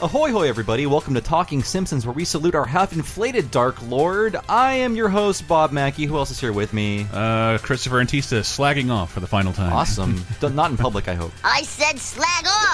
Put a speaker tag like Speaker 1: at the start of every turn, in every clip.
Speaker 1: Ahoy, hoy, everybody. Welcome to Talking Simpsons, where we salute our half inflated Dark Lord. I am your host, Bob Mackey. Who else is here with me?
Speaker 2: Uh, Christopher Antista slagging off for the final time.
Speaker 1: awesome. D- Not in public, I hope.
Speaker 3: I said slag off!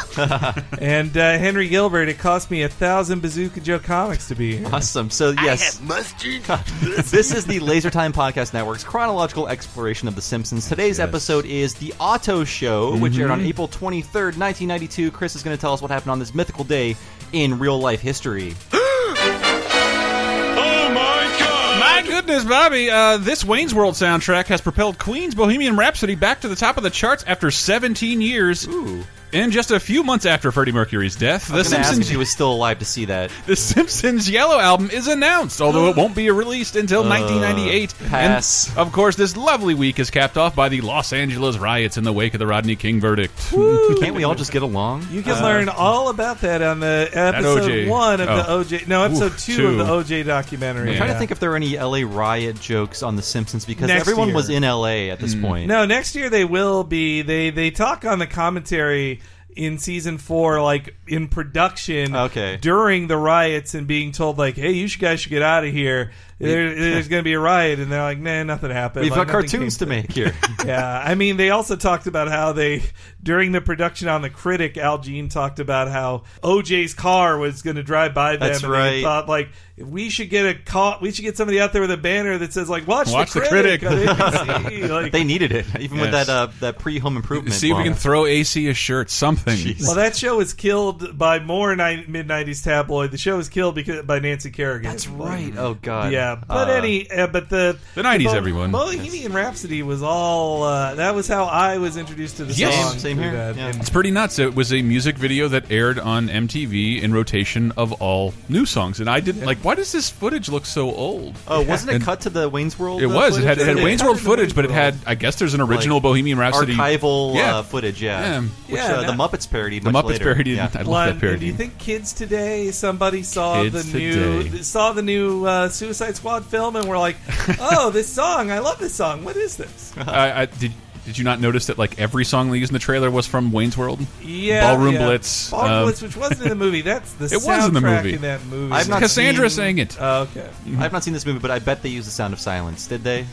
Speaker 4: And uh, Henry Gilbert, it cost me a thousand Bazooka Joe comics to be here.
Speaker 1: Awesome. So, yes. this is the Laser Time Podcast Network's chronological exploration of The Simpsons. Today's episode is The Auto Show, which aired on
Speaker 2: Mm-hmm.
Speaker 1: April 23rd, 1992. Chris is going to tell us what happened on this mythical day in real life history.
Speaker 2: My goodness, Bobby, uh, this Wayne's World soundtrack has propelled Queen's Bohemian Rhapsody back to the top of the charts after 17 years.
Speaker 1: Ooh.
Speaker 2: And just a few months after Freddie Mercury's death, The
Speaker 1: I'm gonna ask if
Speaker 2: Simpsons,
Speaker 1: he was still alive to see that.
Speaker 2: the Simpsons Yellow album is announced, although it won't be released until 1998.
Speaker 1: pass.
Speaker 2: And, of course, this lovely week is capped off by the Los Angeles riots in the wake of the Rodney King verdict.
Speaker 1: Can't we all just get along? Uh,
Speaker 4: You can learn all about that on the
Speaker 2: OJ.
Speaker 4: episode one of
Speaker 2: Oh.
Speaker 4: the OJ. No, episode
Speaker 2: Oof,
Speaker 4: two,
Speaker 2: two.
Speaker 4: of the OJ documentary.
Speaker 2: I'm
Speaker 1: I'm trying
Speaker 4: Yeah.
Speaker 1: to think if there were any LA riot jokes on The Simpsons because
Speaker 4: Next
Speaker 1: everyone
Speaker 4: year.
Speaker 1: was in LA at
Speaker 2: Hmm.
Speaker 1: this point.
Speaker 4: No, next year they will be. They they talk on the commentary in season four, like in production,
Speaker 1: Okay.
Speaker 4: during the riots, and being told like, "Hey, you should- guys should get out of here. There, there's going to be a riot," and they're like, "Nah, nothing happened.
Speaker 1: We've
Speaker 4: Like,
Speaker 1: got
Speaker 4: nothing came
Speaker 1: cartoons to make here.
Speaker 4: yeah, I mean, they also talked about how they during the production on the critic, Al Jean talked about how OJ's car was going to drive by them,
Speaker 1: That's
Speaker 4: and they
Speaker 1: right.
Speaker 4: thought like we should get a call, we should get somebody out there with a banner that says like Watch,
Speaker 2: Watch the
Speaker 4: the critic.
Speaker 2: Critic.
Speaker 4: on ABC." Like,
Speaker 1: they needed it, even with
Speaker 2: Yes.
Speaker 1: that uh, that pre Home Improvement.
Speaker 2: See if we
Speaker 1: bomb.
Speaker 2: can throw AC a shirt, something.
Speaker 4: well, that show was killed by more ni- mid '90s tabloid. The show was killed because by Nancy Kerrigan.
Speaker 1: That's right. Oh God.
Speaker 4: Yeah, but
Speaker 1: Uh,
Speaker 4: any, uh, but the
Speaker 2: The 90s,
Speaker 4: Bo-
Speaker 2: everyone.
Speaker 4: Bohemian Rhapsody was all. Uh, that was how I was introduced to the
Speaker 2: Yes.
Speaker 4: song.
Speaker 1: Same
Speaker 4: through
Speaker 1: here,
Speaker 4: that.
Speaker 1: yeah.
Speaker 4: And
Speaker 2: It's pretty nuts. It was a music video that aired on MTV in rotation of all new songs, and I didn't like. Why does this footage look so old?
Speaker 1: Oh, wasn't it
Speaker 2: And-
Speaker 1: cut to the Wayne's World?
Speaker 2: It
Speaker 1: uh,
Speaker 2: was. It had, it
Speaker 1: footage?
Speaker 2: had
Speaker 4: Yeah.
Speaker 2: Wayne's
Speaker 4: Cut
Speaker 2: World
Speaker 4: into Wayne's
Speaker 2: footage, but it
Speaker 4: World.
Speaker 2: had. I guess there's an original
Speaker 1: Like,
Speaker 2: Bohemian Rhapsody
Speaker 1: archival
Speaker 2: Yeah.
Speaker 1: uh, footage. Yeah.
Speaker 2: Yeah.
Speaker 1: Which
Speaker 4: Yeah,
Speaker 1: uh, the
Speaker 4: that-
Speaker 1: Muppets parody.
Speaker 2: The Muppets parody.
Speaker 1: Yeah.
Speaker 2: I love
Speaker 4: Lon,
Speaker 2: that
Speaker 4: Do
Speaker 2: parody.
Speaker 4: you think kids today, somebody saw
Speaker 2: Kids
Speaker 4: the new
Speaker 2: today.
Speaker 4: saw the new uh, Suicide Squad film and were like, "Oh, this song! I love this song. What is this?"
Speaker 2: I, I, did Did you not notice that like every song they used in the trailer was from Wayne's World?
Speaker 4: Yeah,
Speaker 2: Ballroom
Speaker 4: yeah.
Speaker 2: Blitz.
Speaker 4: Ballroom
Speaker 2: um,
Speaker 4: Blitz, which wasn't in the movie. That's the
Speaker 2: It was in the
Speaker 4: soundtrack
Speaker 2: movie.
Speaker 4: in that movie.
Speaker 1: I've not
Speaker 2: Cassandra
Speaker 1: seen-
Speaker 2: sang it.
Speaker 4: Oh, okay.
Speaker 1: I've not seen this movie, but I bet they used the Sound of Silence. Did they?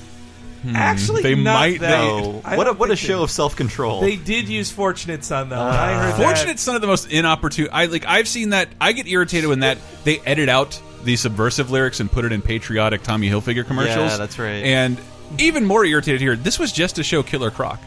Speaker 4: Actually,
Speaker 2: Hmm. they
Speaker 4: not
Speaker 2: might-
Speaker 4: that.
Speaker 1: No.
Speaker 4: I
Speaker 1: What a
Speaker 4: don't
Speaker 1: what a
Speaker 4: think
Speaker 1: show of self control.
Speaker 4: They, they did use Fortunates on though. I
Speaker 2: Ah.
Speaker 4: heard that.
Speaker 2: Fortunate's none Uh, of the most inopportune. I like. I've seen that. I get irritated when that they edit out the subversive lyrics and put it in patriotic Tommy Hilfiger commercials.
Speaker 1: Yeah, that's right.
Speaker 2: And even more irritated here. This was just to show Killer Croc.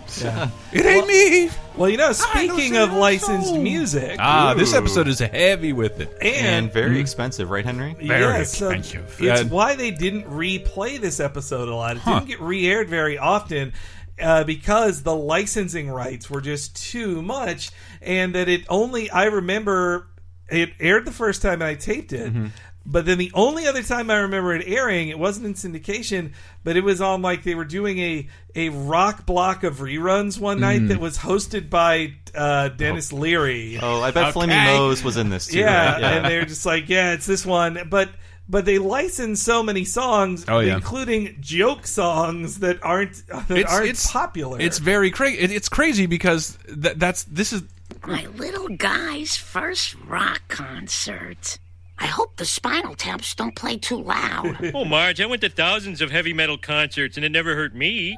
Speaker 2: It ain't me.
Speaker 4: Well, you know, speaking of
Speaker 2: your
Speaker 4: licensed
Speaker 2: soul.
Speaker 4: music,
Speaker 2: Ah, this episode is heavy with it.
Speaker 1: and
Speaker 4: and
Speaker 1: very expensive, right, Henry?
Speaker 2: Very
Speaker 4: yeah, so
Speaker 2: expensive.
Speaker 4: It's
Speaker 2: Uh,
Speaker 4: why they didn't replay this episode a lot. It
Speaker 2: Huh.
Speaker 4: didn't get re-aired very often uh, because the licensing rights were just too much, and that it only I remember it aired the first time and I taped it.
Speaker 2: Mm-hmm.
Speaker 4: But then the only other time I remember it airing, it wasn't in syndication, but it was on like they were doing a a rock block of reruns one
Speaker 2: Mm.
Speaker 4: night that was hosted by uh, Dennis Leary.
Speaker 1: Oh, I bet Flaming Moe's was in this too.
Speaker 4: Yeah,
Speaker 1: right?
Speaker 4: and they're just like, yeah, it's this one, but but they license so many songs,
Speaker 2: Oh, yeah.
Speaker 4: including joke songs that aren't that aren't popular.
Speaker 2: It's very crazy. It, it's crazy because th- that's this is
Speaker 3: My little guy's first rock concert. I hope the spinal taps don't play too loud.
Speaker 5: Oh, Marge, I went to thousands of heavy metal concerts and it never hurt me.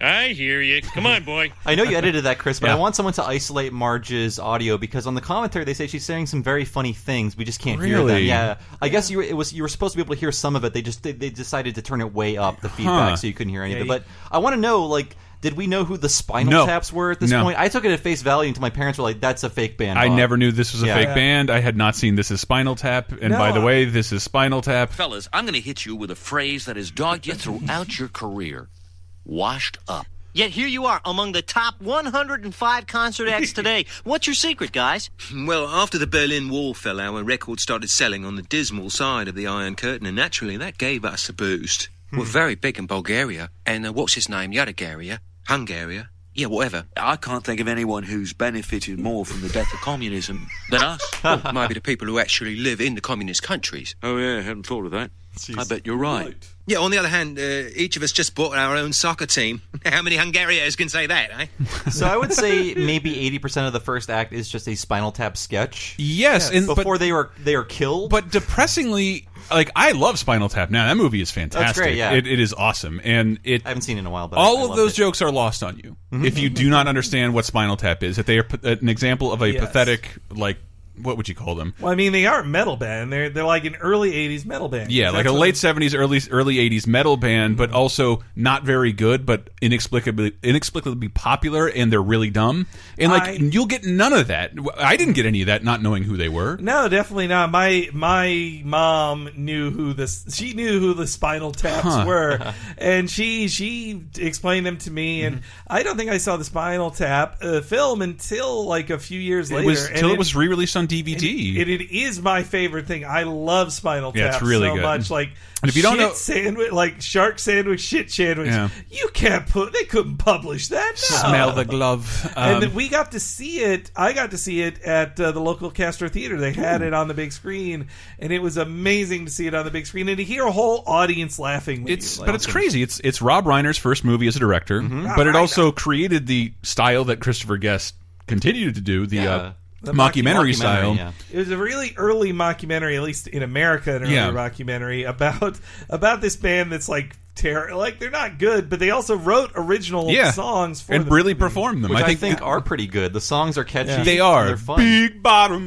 Speaker 5: I hear you. Come on, boy.
Speaker 1: I know you edited that, Chris, but
Speaker 2: Yeah.
Speaker 1: I want someone to isolate Marge's audio because on the commentary they say she's saying some very funny things. We just can't hear them.
Speaker 2: Really?
Speaker 1: Yeah, I guess you were- it was you were supposed to be able to hear some of it. They just they, they decided to turn it way up the feedback so you couldn't hear any of it. But I want to know like. Did we know who the Spinal
Speaker 2: No.
Speaker 1: Taps were at this
Speaker 2: No.
Speaker 1: point? I took it at face value until my parents were like, "That's a fake band."
Speaker 2: I
Speaker 1: Bob."
Speaker 2: never knew this was a
Speaker 1: Yeah.
Speaker 2: fake
Speaker 1: Yeah.
Speaker 2: band. I had not seen this is Spinal Tap. And
Speaker 4: No,
Speaker 2: by the
Speaker 4: I-
Speaker 2: way, this is Spinal Tap.
Speaker 6: Fellas, I'm going to hit you with a phrase that has dogged you throughout your career washed up.
Speaker 7: Yet here you are among the top 105 concert acts today. What's your secret, guys?
Speaker 8: Well, after the Berlin Wall fell, our records started selling on the dismal side of the Iron Curtain, and naturally that gave us a boost.
Speaker 6: Hmm.
Speaker 8: We're very big in Bulgaria, and uh, what's his name? Yadagaria? Hungaria? Yeah, whatever.
Speaker 6: I can't think of anyone who's benefited more from the death of communism than
Speaker 8: Than
Speaker 6: us.
Speaker 8: us. Or maybe the people who actually live in the communist countries.
Speaker 6: Oh, yeah, hadn't thought of that. I bet you're right.
Speaker 8: Yeah, on the other hand, uh, each of us just bought our own soccer team. How many Hungarians can say that, eh?
Speaker 1: So I would say maybe eighty percent of the first act is just a Spinal Tap sketch.
Speaker 2: Yes, and
Speaker 1: Before
Speaker 2: but,
Speaker 1: they are they are killed.
Speaker 2: but depressingly, like I love Spinal Tap. Now that movie is fantastic.
Speaker 1: great, yeah.
Speaker 2: it, it is awesome, and it
Speaker 1: I haven't seen it in a while. But I- I
Speaker 2: all of
Speaker 1: loved
Speaker 2: those
Speaker 1: it. Mm-hmm.
Speaker 2: jokes are lost on you if you do not understand what Spinal Tap is. That they are p- an example of a
Speaker 4: Yes.
Speaker 2: pathetic, like what would you call them?
Speaker 4: Well, I mean, they aren't metal band. They're they're like an early '80s metal band.
Speaker 2: Yeah, like
Speaker 4: That's
Speaker 2: a
Speaker 4: what-
Speaker 2: late seventies, early early eighties metal band,
Speaker 4: Mm-hmm.
Speaker 2: but also not very good, but inexplicably inexplicably popular, and they're really dumb. And like
Speaker 4: I-
Speaker 2: you'll get none of that. I didn't get any of that, not knowing who they were.
Speaker 4: No, definitely not. My my mom knew who this. She knew who the Spinal Taps were, and she she explained them to me.
Speaker 2: Mm-hmm.
Speaker 4: And I don't think I saw the Spinal Tap uh, film until like a few years
Speaker 2: It
Speaker 4: later.
Speaker 2: was
Speaker 4: and
Speaker 2: until it, was re released on
Speaker 4: and
Speaker 2: DVD.
Speaker 4: it- it is my favorite thing. I love Spinal
Speaker 2: Yeah,
Speaker 4: Tap
Speaker 2: it's really
Speaker 4: so
Speaker 2: good.
Speaker 4: much. Like
Speaker 2: And if you don't
Speaker 4: shit
Speaker 2: know-
Speaker 4: sandwich, like shark sandwich, shit sandwich.
Speaker 2: Yeah.
Speaker 4: You can't put. They couldn't publish that. No.
Speaker 2: Smell the glove.
Speaker 4: And
Speaker 2: Um,
Speaker 4: then we got to see it. I got to see it at uh, the local Castro Theater. They had it on the big screen, and it was amazing to see it on the big screen and to hear a whole audience laughing. With
Speaker 2: It's
Speaker 4: you.
Speaker 2: but it's crazy. It's it's Rob Reiner's first movie as a director, but it also created the style that Christopher Guest continued to do the, uh, mockumentary,
Speaker 1: Mockumentary,
Speaker 2: style.
Speaker 1: yeah.
Speaker 4: It was a really early mockumentary, at least in America, an early
Speaker 2: Yeah.
Speaker 4: mockumentary about about this band that's like terror. Like they're not good, but they also wrote original
Speaker 2: Yeah.
Speaker 4: songs for
Speaker 2: and
Speaker 4: the
Speaker 2: really
Speaker 4: movie.
Speaker 2: performed them.
Speaker 1: Which
Speaker 2: I think,
Speaker 1: are pretty good. The songs are catchy.
Speaker 2: they
Speaker 1: and
Speaker 2: are
Speaker 1: They're fun.
Speaker 2: big bottom.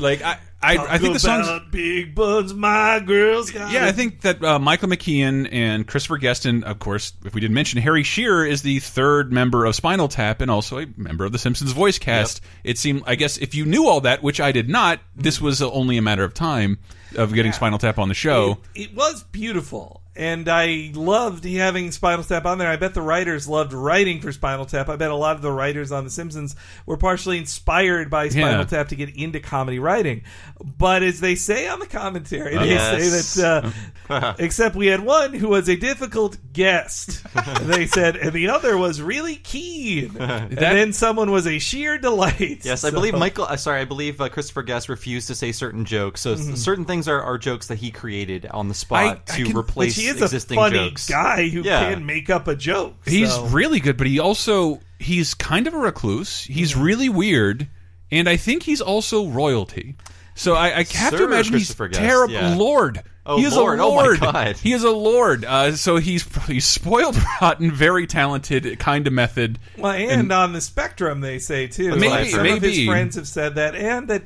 Speaker 2: like I, I, I think the songs.
Speaker 4: About big buns, my girls. Got
Speaker 2: Yeah, I think that uh, Michael McKean and Christopher Guest, and of course, if we didn't mention Harry Shearer, is the third member of Spinal Tap and also a member of the Simpsons voice cast. It seemed, I guess, if you knew all that, which I did not, this was only a matter of time of getting Spinal Tap on the show.
Speaker 4: it was beautiful and i loved having spinal tap on there i bet the writers loved writing for spinal tap i bet a lot of the writers on the simpsons were partially inspired by spinal
Speaker 2: Yeah.
Speaker 4: tap to get into comedy writing but as they say on the commentary they
Speaker 1: Yes.
Speaker 4: say that uh, except we had one who was a difficult guest they said and the other was really keen and then someone was a sheer delight
Speaker 1: Yes, I
Speaker 4: So-
Speaker 1: believe Michael. Uh, sorry, I believe uh, Christopher Guest refused to say certain jokes. So s- certain things are, are jokes that he created on the spot
Speaker 2: Mm-hmm. I
Speaker 1: to
Speaker 2: can-
Speaker 1: replace
Speaker 4: but he is
Speaker 1: existing
Speaker 4: a funny
Speaker 1: jokes.
Speaker 4: guy who
Speaker 1: Yeah.
Speaker 4: can make up a joke.
Speaker 2: He's
Speaker 4: so-
Speaker 2: really good, but he also he's kind of a recluse. He's
Speaker 1: Mm-hmm.
Speaker 2: really weird, and I think he's also royalty. So I, I have to
Speaker 1: Sir
Speaker 2: imagine he's
Speaker 1: Christopher Guest,
Speaker 2: terrible.
Speaker 1: yeah.
Speaker 2: Lord,
Speaker 1: Oh,
Speaker 2: he is
Speaker 1: Lord.
Speaker 2: a
Speaker 1: Oh, my
Speaker 2: lord.
Speaker 1: God.
Speaker 2: He is a lord. Uh, so he's he's spoiled, rotten, very talented, kind of method.
Speaker 4: Well, and, on the spectrum, they say too.
Speaker 2: Maybe-
Speaker 4: Like, some of
Speaker 2: maybe.
Speaker 4: his friends have said that, and that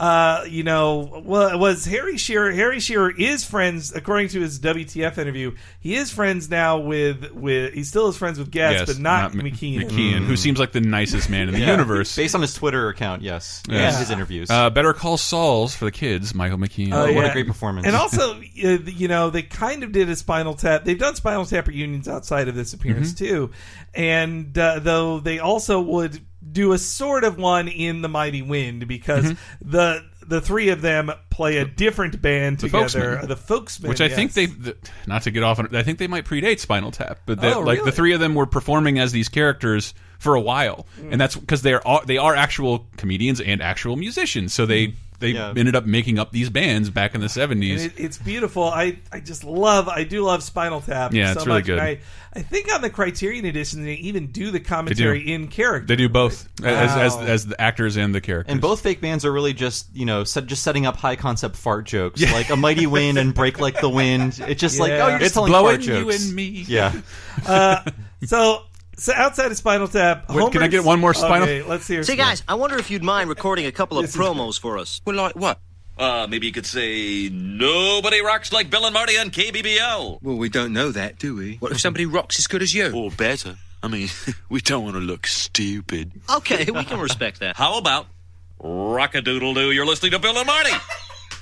Speaker 4: uh, you know, well, was Harry Shearer. Harry Shearer is friends, according to his WTF interview. He is friends now with with. He still is friends with Guest,
Speaker 2: Yes,
Speaker 4: but not,
Speaker 2: M-
Speaker 4: McKean.
Speaker 2: who seems like the nicest man in the
Speaker 1: Yeah.
Speaker 2: universe.
Speaker 1: based on his Twitter account. Yes,
Speaker 2: Yeah.
Speaker 1: and his interviews.
Speaker 2: Uh, Better Call Saul's for the kids. Michael McKean.
Speaker 4: Oh,
Speaker 1: what
Speaker 4: yeah.
Speaker 1: a great performance!
Speaker 4: And also, uh, you know, they kind of did a Spinal Tap. They've done Spinal Tap reunions outside of this appearance
Speaker 2: Mm-hmm.
Speaker 4: too, and uh, though they also would do a sort of one in the Mighty Wind because the the three of them play a different band
Speaker 2: Mm-hmm. The
Speaker 4: together,
Speaker 2: Folksmen.
Speaker 4: the Folksmen,
Speaker 2: Which I think
Speaker 4: yes.
Speaker 2: they, th not to get off on, I think they might predate Spinal Tap, but that,
Speaker 4: Oh,
Speaker 2: like the
Speaker 4: really?
Speaker 2: three of them were performing as these characters for a while,
Speaker 4: Hmm.
Speaker 2: and that's because they are they are actual comedians and actual musicians, so they they
Speaker 1: Yeah.
Speaker 2: ended up making up these bands back in the
Speaker 4: Hmm. And
Speaker 2: seventies.
Speaker 4: it, it's beautiful. I, I just love. I do love Spinal Tap. so
Speaker 2: Yeah, it's really
Speaker 4: much. And
Speaker 2: good.
Speaker 4: I, I think on the Criterion edition they even do the commentary in character.
Speaker 2: They do both as, as
Speaker 4: Wow.
Speaker 2: as the actors and the characters.
Speaker 1: and both fake bands are really just you know set, just setting up high concept fart jokes like a mighty wind and break like the wind. It's just like
Speaker 4: Yeah.
Speaker 1: oh, you're just
Speaker 2: it's
Speaker 1: telling
Speaker 2: blowing
Speaker 1: fart
Speaker 2: you
Speaker 1: jokes.
Speaker 2: and me.
Speaker 1: Yeah,
Speaker 4: Uh, So so outside of Spinal Tap,
Speaker 2: Wait, can I
Speaker 4: Homer's-
Speaker 2: get one more Spinal-
Speaker 4: Okay, let's hear.
Speaker 7: Say,
Speaker 4: Spinal-
Speaker 7: guys, I wonder if you'd mind recording a couple of promos for us.
Speaker 8: Well, like what?
Speaker 6: Uh, maybe you could say nobody rocks like Bill and Marty on KBBO.
Speaker 8: Well, we don't know that, do we? What if somebody rocks as good as you?
Speaker 6: Or better. I mean, we don't want to look stupid.
Speaker 7: Okay, we can respect that.
Speaker 6: How about Rockadoodle Doo? You're listening to Bill and Marty.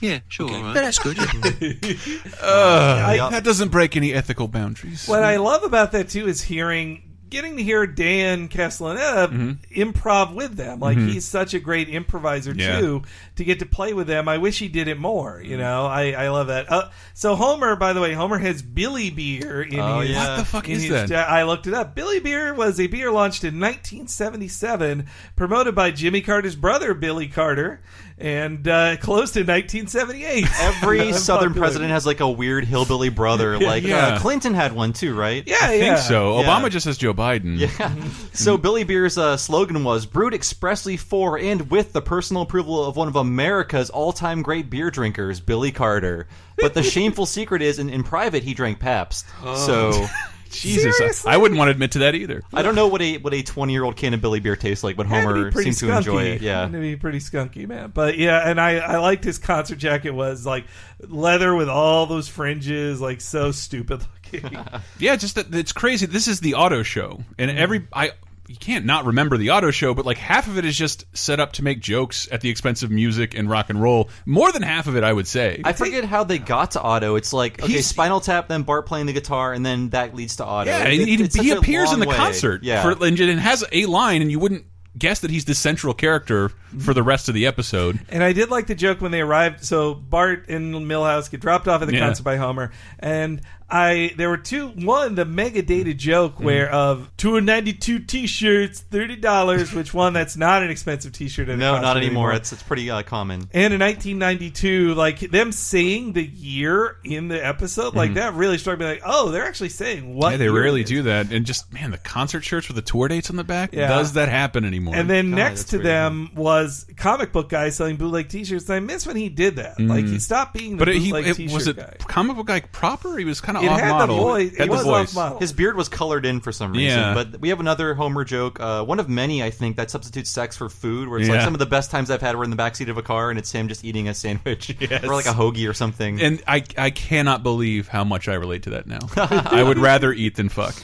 Speaker 8: Yeah, sure.
Speaker 6: right.
Speaker 8: that's good.
Speaker 2: Uh,
Speaker 4: Yeah.
Speaker 2: That doesn't break any ethical boundaries.
Speaker 4: What I love about that too is hearing, getting to hear Dan Castellaneta improv with them. Like
Speaker 2: Mhm.
Speaker 4: he's such a great improviser
Speaker 2: Mm-hmm. Yeah. Mm-hmm.
Speaker 4: too. To get to play with them, I wish he did it more. You know, I, I love that. Uh, so Homer, by the way, Homer has Billy Beer in
Speaker 2: Oh,
Speaker 4: his.
Speaker 2: yeah. What the fuck
Speaker 4: in
Speaker 2: is
Speaker 4: his
Speaker 2: that?
Speaker 4: ja- I looked it up. Billy Beer was a beer launched in 1977, promoted by Jimmy Carter's brother Billy Carter, and uh, closed in 1978.
Speaker 1: Every Southern
Speaker 4: Unpopular.
Speaker 1: president has like a weird hillbilly brother. Like
Speaker 2: Yeah.
Speaker 1: uh, Clinton had one too, right?
Speaker 4: Yeah, I think yeah.
Speaker 2: so.
Speaker 1: Yeah.
Speaker 2: Obama just has Joe Biden.
Speaker 1: Yeah. So Billy Beer's uh, slogan was brewed expressly for and with the personal approval of one of America's all-time great beer drinkers, Billy Carter. But the shameful secret is, in, in private, he drank Pabst. So
Speaker 2: Oh. Jesus, I, I wouldn't want to admit to that either.
Speaker 1: I don't know what a what a twenty-year-old can of Billy Beer tastes like, but
Speaker 4: Had to be
Speaker 1: Homer
Speaker 4: pretty
Speaker 1: seems to enjoy
Speaker 4: skunky.
Speaker 1: it. Yeah.
Speaker 4: Had to be pretty skunky, man. But yeah, and I, I liked his concert jacket was like leather with all those fringes, like so stupid looking.
Speaker 2: Yeah, just that it's crazy. This is the auto show, and
Speaker 4: Mm.
Speaker 2: every I you can't not remember the auto show, but like half of it is just set up to make jokes at the expense of music and rock and roll. More than half of it, I would say.
Speaker 1: I forget how they got to Otto. It's like okay, Spinal Tap, then Bart playing the guitar, and then that leads to Otto.
Speaker 2: yeah,
Speaker 1: It-
Speaker 2: he,
Speaker 1: it's such
Speaker 2: he
Speaker 1: a
Speaker 2: appears in
Speaker 1: long
Speaker 2: the
Speaker 1: way.
Speaker 2: concert
Speaker 1: Yeah,
Speaker 2: for, and, and has a line, and you wouldn't guess that he's the central character for the rest of the episode.
Speaker 4: and I did like the joke when they arrived. So Bart and Millhouse get dropped off at the
Speaker 2: Yeah.
Speaker 4: concert by Homer, and I there were two. One, the mega dated joke
Speaker 1: Mm-hmm.
Speaker 4: where of two ninety two t-shirts, thirty dollars. Which one? That's not an expensive t-shirt. At a
Speaker 1: no,
Speaker 4: concert
Speaker 1: not anymore. It's it's pretty uh, common.
Speaker 4: And in 1992, like them saying the year in the episode, like that really struck me. Like, oh, they're actually saying what?
Speaker 2: Mm-hmm. Yeah, they
Speaker 4: year it
Speaker 2: rarely
Speaker 4: is.
Speaker 2: do that, and just man, the concert shirts with the tour dates on the back.
Speaker 4: Yeah.
Speaker 2: Does that happen anymore?
Speaker 4: And then
Speaker 1: God,
Speaker 4: next
Speaker 1: that's
Speaker 4: to
Speaker 1: weird.
Speaker 4: them was comic book guy selling bootleg T-shirts. And I miss when he did that. Like
Speaker 2: Mm.
Speaker 4: he stopped being the
Speaker 2: Mm-hmm. but it, he
Speaker 4: bootleg
Speaker 2: it,
Speaker 4: T-shirt
Speaker 2: was it
Speaker 4: guy.
Speaker 2: comic book guy proper? He was kind of
Speaker 4: It
Speaker 2: off
Speaker 4: had the
Speaker 2: model.
Speaker 4: voice-
Speaker 2: Had
Speaker 4: it
Speaker 2: the
Speaker 4: was
Speaker 2: voice.
Speaker 4: off-model.
Speaker 1: His beard was colored in for some reason.
Speaker 2: Yeah.
Speaker 1: But we have another Homer joke, uh, one of many, I think, that substitutes sex for food, where it's like
Speaker 2: Yeah.
Speaker 1: some of the best times I've had were in the backseat of a car and it's him just eating a sandwich
Speaker 2: Yes.
Speaker 1: or like a hoagie or something.
Speaker 2: and I I cannot believe how much I relate to that now. I would rather eat than fuck.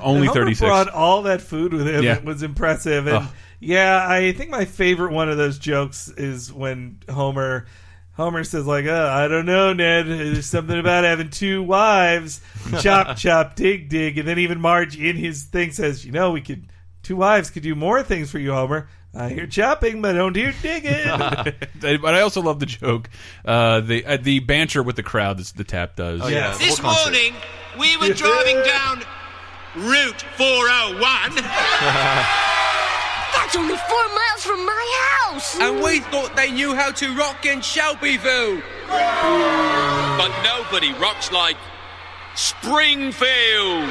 Speaker 2: Only
Speaker 4: Homer
Speaker 2: thirty six.
Speaker 4: brought all that food with him.
Speaker 2: Yeah.
Speaker 4: It was impressive. And
Speaker 2: Ugh.
Speaker 4: yeah, I think my favorite one of those jokes is when Homer. Homer says, like, uh, I don't know, Ned. There's something about having two wives. Chop, chop, dig, dig. And then even Marge in his thing says, you know, we could, two wives could do more things for you, Homer. I hear chopping, but I don't hear digging.
Speaker 2: but I also love the joke, uh, the uh, the banter with the crowd that the tap does.
Speaker 1: oh, yeah.
Speaker 4: Yes.
Speaker 1: This morning.
Speaker 9: We were driving down Route 401.
Speaker 3: That's only four miles from my house.
Speaker 9: And we thought they knew how to rock in Shelbyville. But nobody rocks like Springfield.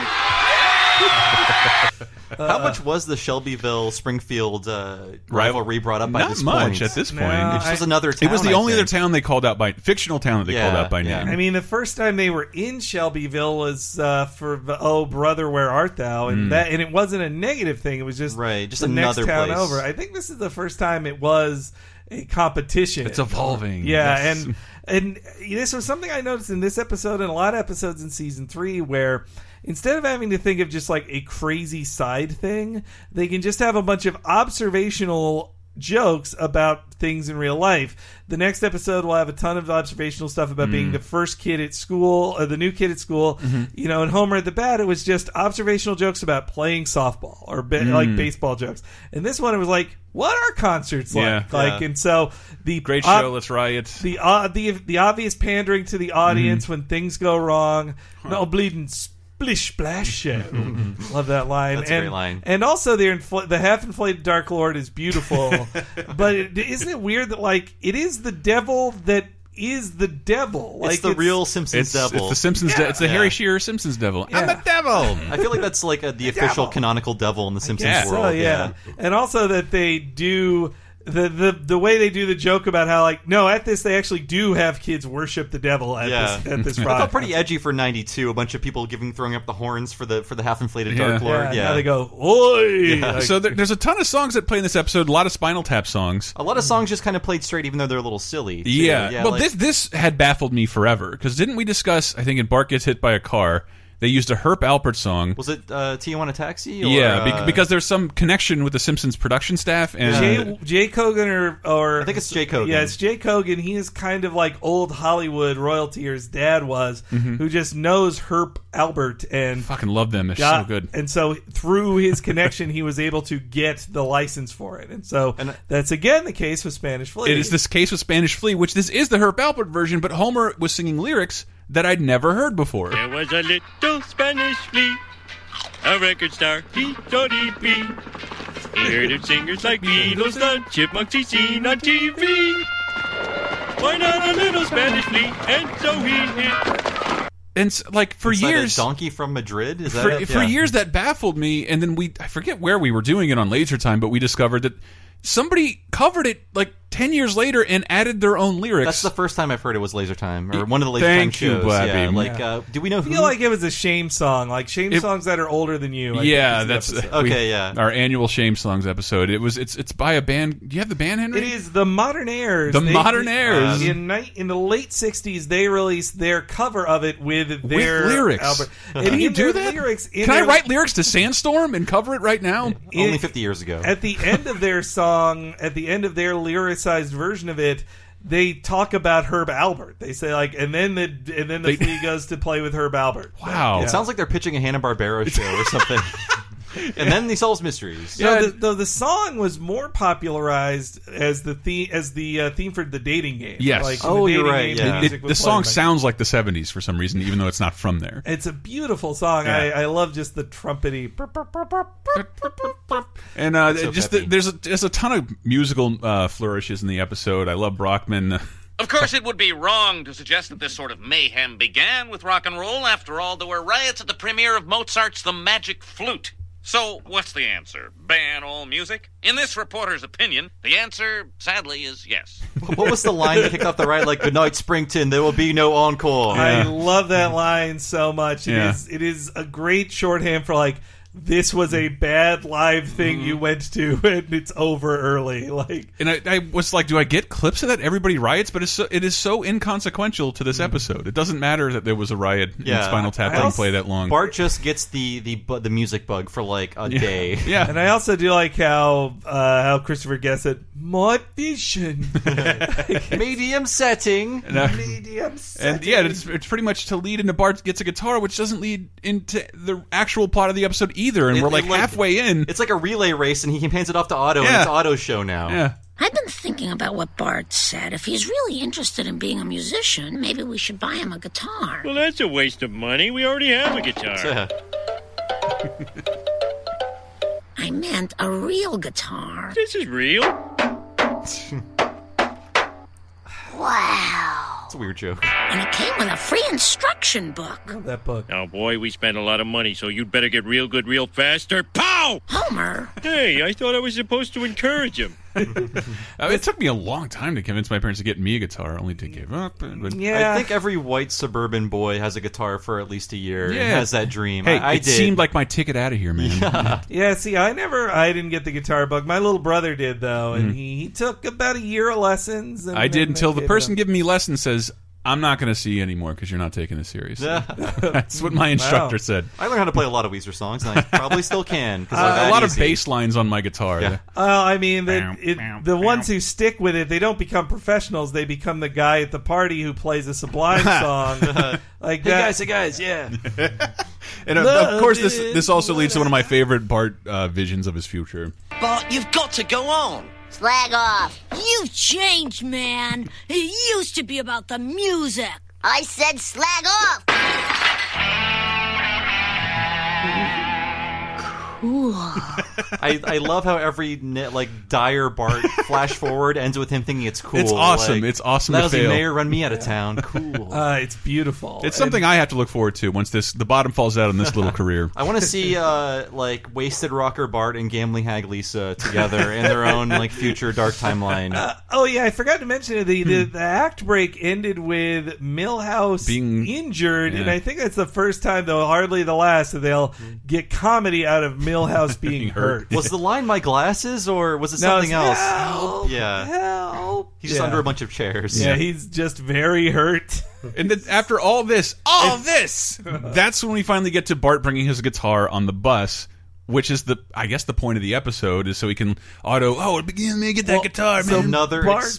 Speaker 4: Uh,
Speaker 1: How much was the Shelbyville Springfield uh, rivalry brought up by
Speaker 2: Not
Speaker 1: this
Speaker 2: much
Speaker 1: point?
Speaker 2: at this point.
Speaker 4: No,
Speaker 1: It just was another
Speaker 2: it was
Speaker 1: town,
Speaker 2: the
Speaker 1: I
Speaker 2: only other
Speaker 1: think.
Speaker 2: town they called out by fictional town that they
Speaker 1: Yeah,
Speaker 2: called out by
Speaker 1: yeah.
Speaker 2: name.
Speaker 4: I mean, the first time they were in Shelbyville was uh, for the, "Oh Brother, Where Art Thou," and that, and it wasn't a negative thing. It was just
Speaker 1: Mm. Right, just
Speaker 4: the next
Speaker 1: another
Speaker 4: town
Speaker 1: place.
Speaker 4: over. I think this is the first time it was a competition.
Speaker 2: it's evolving.
Speaker 4: Yeah,
Speaker 2: Yes.
Speaker 4: and and this was something I noticed in this episode and a lot of episodes in season three where instead of having to think of just like a crazy side thing, they can just have a bunch of observational jokes about things in real life. The next episode will have a ton of observational stuff about being
Speaker 1: Mm.
Speaker 4: the first kid at school, or the new kid at school.
Speaker 2: Mm-hmm.
Speaker 4: You know, and Homer at the bat, it was just observational jokes about playing softball or ba-
Speaker 2: Mm.
Speaker 4: like baseball jokes. And this one, it was like, what are concerts like?
Speaker 2: Yeah.
Speaker 4: like, and so the
Speaker 2: great show.
Speaker 4: ob-
Speaker 2: let's riot. Mm-hmm.
Speaker 4: the uh, the the obvious pandering to the audience when things go wrong. No bleeding splish splash show. Love that line.
Speaker 1: That's a
Speaker 4: and,
Speaker 1: great line.
Speaker 4: And also the infl- the half inflated Dark Lord is beautiful, but it, isn't it weird that like it is the devil that is the devil? Like
Speaker 1: it's the real Simpsons
Speaker 2: it's,
Speaker 1: devil.
Speaker 2: it's the Simpsons. de- it's the
Speaker 1: Yeah.
Speaker 2: Harry Shearer Simpsons devil. I'm
Speaker 4: Yeah.
Speaker 2: a devil.
Speaker 1: I feel like that's like a, the official
Speaker 4: devil.
Speaker 1: canonical devil in the Simpsons
Speaker 2: guess
Speaker 1: world.
Speaker 4: Oh yeah. and also that they do the, the the way they do the joke about how like no at this they actually do have kids worship the devil at
Speaker 1: Yeah.
Speaker 4: this at this
Speaker 1: I
Speaker 4: rock.
Speaker 1: felt pretty edgy for '92. A bunch of people giving throwing up the horns for the for the half inflated Dark
Speaker 2: Yeah.
Speaker 1: Lord. Yeah,
Speaker 4: now they go oi. Like,
Speaker 2: so there, there's a ton of songs that play in this episode. A lot of Spinal Tap songs.
Speaker 1: a lot of songs just kind of played straight, even though they're a little silly. too.
Speaker 2: Yeah. well,
Speaker 1: like-
Speaker 2: this this had baffled me forever because didn't we discuss? I think in Bart gets hit by a car. They used a Herp Alpert song.
Speaker 1: Was it uh, Tijuana Taxi? Or,
Speaker 2: Yeah, bec-
Speaker 1: uh,
Speaker 2: because there's some connection with the Simpsons production staff and
Speaker 4: Jay, Jay Kogan or, or I think
Speaker 1: it's Jay Kogan.
Speaker 4: Yeah, it's Jay Kogan. He is kind of like old Hollywood royalty, or his dad was,
Speaker 2: Mhm.
Speaker 4: who just knows Herb Albert and
Speaker 2: fucking love them. They're
Speaker 4: got-
Speaker 2: so good.
Speaker 4: And so through his connection, he was able to get the license for it. And so that's again the case with Spanish Flea.
Speaker 2: It is this case with Spanish Flea, which this is the Herb Alpert version, but Homer was singing lyrics that I'd never heard before.
Speaker 5: There was a little Spanish flea, a record star, he thought he'd be. He heard of singers like Beatles, the Chipmunks he'd seen on TV. Why not a little Spanish flea? And so he hit.
Speaker 2: And s- like for
Speaker 1: It's like a
Speaker 2: years,
Speaker 1: donkey from Madrid. Is that
Speaker 2: for,
Speaker 1: it?
Speaker 2: for
Speaker 1: Yeah.
Speaker 2: years that baffled me and then we i forget where we were doing it on laser time but we discovered that somebody covered it like 10 years later and added their own lyrics
Speaker 1: That's the first time I've heard it was Laser Time or one of the Laser
Speaker 2: Thank
Speaker 1: Time
Speaker 2: you,
Speaker 1: shows.
Speaker 2: Blabby.
Speaker 1: Yeah, like,
Speaker 2: Yeah.
Speaker 1: uh, do we know?
Speaker 4: I
Speaker 1: Who?
Speaker 4: feel like it was a shame song, like shame
Speaker 2: It-
Speaker 4: songs that are older than you. I think
Speaker 2: yeah
Speaker 4: is the
Speaker 2: that's uh,
Speaker 4: episode.
Speaker 2: we- our annual shame songs episode it was it's it's by a band do you have the band henry
Speaker 4: It is the Modern Airs.
Speaker 2: The Modern Heirs.
Speaker 4: uh, in night in the late '60s, they released their cover of it with their
Speaker 2: with lyrics
Speaker 4: Albert. And
Speaker 2: can you
Speaker 4: in
Speaker 2: do
Speaker 4: their
Speaker 2: that
Speaker 4: lyrics- in
Speaker 2: can i
Speaker 4: their-
Speaker 2: write lyrics to sandstorm and cover it right now
Speaker 4: Only
Speaker 1: 50 years ago
Speaker 4: At the end of their song, at the end of their lyricized version of it, they talk about Herb Albert. They say like, and then the and then the flea goes to play with Herb Albert.
Speaker 1: It sounds like they're pitching a Hanna Barbera show or something. and then he solves mysteries.
Speaker 4: No, the, though the song was more popularized as the theme as the uh, theme for the dating game.
Speaker 2: yes
Speaker 4: Like, in the
Speaker 1: Oh,
Speaker 4: dating game,
Speaker 2: It-
Speaker 4: music
Speaker 2: it-
Speaker 4: was
Speaker 2: the
Speaker 4: played
Speaker 2: song
Speaker 4: by-
Speaker 2: sounds like the 70s for some reason even though it's not from there
Speaker 4: It's a beautiful song.
Speaker 2: Yeah.
Speaker 4: I, I love just the trumpety.
Speaker 2: And uh,
Speaker 4: So
Speaker 2: just the, there's a, there's a ton of musical uh, flourishes in the episode. I love Brockman.
Speaker 10: Of course, it would be wrong to suggest that this sort of mayhem began with rock and roll. After all, there were riots at the premiere of Mozart's The Magic Flute. So, what's the answer? Ban all music? In this reporter's opinion, the answer, sadly, is yes.
Speaker 1: what was the line that kicked off the right? Like, "Good night, Springton. There will be no encore."
Speaker 4: I love that line so much. It is
Speaker 1: Yeah.
Speaker 4: it is a great shorthand for like this was a bad live thing
Speaker 2: Mm-hmm.
Speaker 4: you went to and it's over early. Like
Speaker 2: And I, I was like, do I get clips of that? Everybody riots, but it's so, it is so inconsequential to
Speaker 4: Mm-hmm.
Speaker 2: this episode. It doesn't matter that there was a riot
Speaker 1: Yeah.
Speaker 2: and Spinal Tap didn't play that long.
Speaker 1: Bart just gets the the bu- the music bug for like a day.
Speaker 2: Yeah.
Speaker 4: And I also do like how uh, how Christopher Guest said, "My vision,
Speaker 1: medium setting,
Speaker 2: And, uh,
Speaker 4: medium setting."
Speaker 2: And yeah, it's, it's pretty much to lead into Bart gets a guitar, which doesn't lead into the actual plot of the episode either. And
Speaker 1: It-
Speaker 2: we're
Speaker 1: it
Speaker 2: like
Speaker 1: like-
Speaker 2: halfway in.
Speaker 1: It's like a relay race, and he hands it off to Otto, and
Speaker 2: Yeah.
Speaker 1: it's Otto's show now.
Speaker 2: Yeah.
Speaker 3: I've been thinking about what Bart said. If he's really interested in being a musician, maybe we should buy him a guitar.
Speaker 5: Well, that's a waste of money. We already have a guitar.
Speaker 3: I meant a real guitar.
Speaker 5: This is real.
Speaker 3: Wow.
Speaker 1: It's a weird joke.
Speaker 3: And it came with a free instruction book.
Speaker 4: That book.
Speaker 5: Oh boy, we spent a lot of money, so you'd better get real good real fast or pow!
Speaker 3: Homer!
Speaker 5: Hey, I thought I was supposed to encourage him.
Speaker 2: I mean, Uh, it took me a long time to convince my parents to get me a guitar, only to give up. And,
Speaker 1: I think every white suburban boy has a guitar for at least a year. and
Speaker 2: Yeah.
Speaker 1: has that dream.
Speaker 2: Hey,
Speaker 1: I, I
Speaker 2: it
Speaker 1: did.
Speaker 2: seemed like my ticket out of here, man.
Speaker 4: Yeah, see, I never, I didn't get the guitar bug. My little brother did though, and
Speaker 2: Mhm.
Speaker 4: he, he took about a year of lessons. And,
Speaker 2: I did
Speaker 4: and
Speaker 2: until
Speaker 4: then
Speaker 2: the
Speaker 4: gave it
Speaker 2: person
Speaker 4: up.
Speaker 2: giving me lessons says, "I'm not going to see you anymore because you're not taking this seriously." That's what my instructor
Speaker 1: Wow.
Speaker 2: said.
Speaker 1: I learned how to play a lot of Weezer songs, and I probably still can. 'cause
Speaker 2: Uh,
Speaker 1: I'm that
Speaker 2: a lot
Speaker 1: easy.
Speaker 2: of bass lines on my guitar.
Speaker 4: Well, I mean,
Speaker 2: Bow,
Speaker 4: the, it, the ones who stick with it, they don't become professionals. They become the guy at the party who plays a Sublime song, like
Speaker 1: Hey,
Speaker 4: that.
Speaker 1: guys, hey, guys, yeah.
Speaker 2: And uh, of, of course, this this also leads to one of my favorite Bart uh, visions of his future.
Speaker 11: Bart, you've got to go on. Slag off. You've changed, man. It used to be about the music. I said slag off.
Speaker 1: I, I love how every ne- like dire Bart flash forward ends with him thinking it's cool.
Speaker 2: It's awesome.
Speaker 1: Like,
Speaker 2: It's awesome to
Speaker 1: Lousy
Speaker 2: fail."
Speaker 1: mayor, run me out of town. Cool.
Speaker 4: Uh, it's beautiful.
Speaker 2: It's something I have to look forward to once this the bottom falls out in this little career.
Speaker 1: I want to see uh, like wasted rocker Bart and gambling hag Lisa together in their own like future dark timeline.
Speaker 4: Oh yeah, I forgot to mention it. The, the the act break ended with Millhouse
Speaker 1: Being-
Speaker 4: injured, and
Speaker 1: Yeah.
Speaker 4: I think that's the first time, though hardly the last, that they'll get comedy out of Millhouse being hurt.
Speaker 1: Hmm. Was the line my glasses or was it
Speaker 4: No,
Speaker 1: something
Speaker 4: it's,
Speaker 1: else?
Speaker 4: "Help,
Speaker 1: yeah.
Speaker 4: Help.
Speaker 1: He's just
Speaker 4: Yeah.
Speaker 1: under a bunch of chairs.
Speaker 4: Yeah, he's just very hurt.
Speaker 2: And then after all this,
Speaker 9: All this.
Speaker 2: that's when we finally get to Bart bringing his guitar on the bus, which is the I guess the point of the episode is so he can auto. Oh, it begins me get that guitar, man.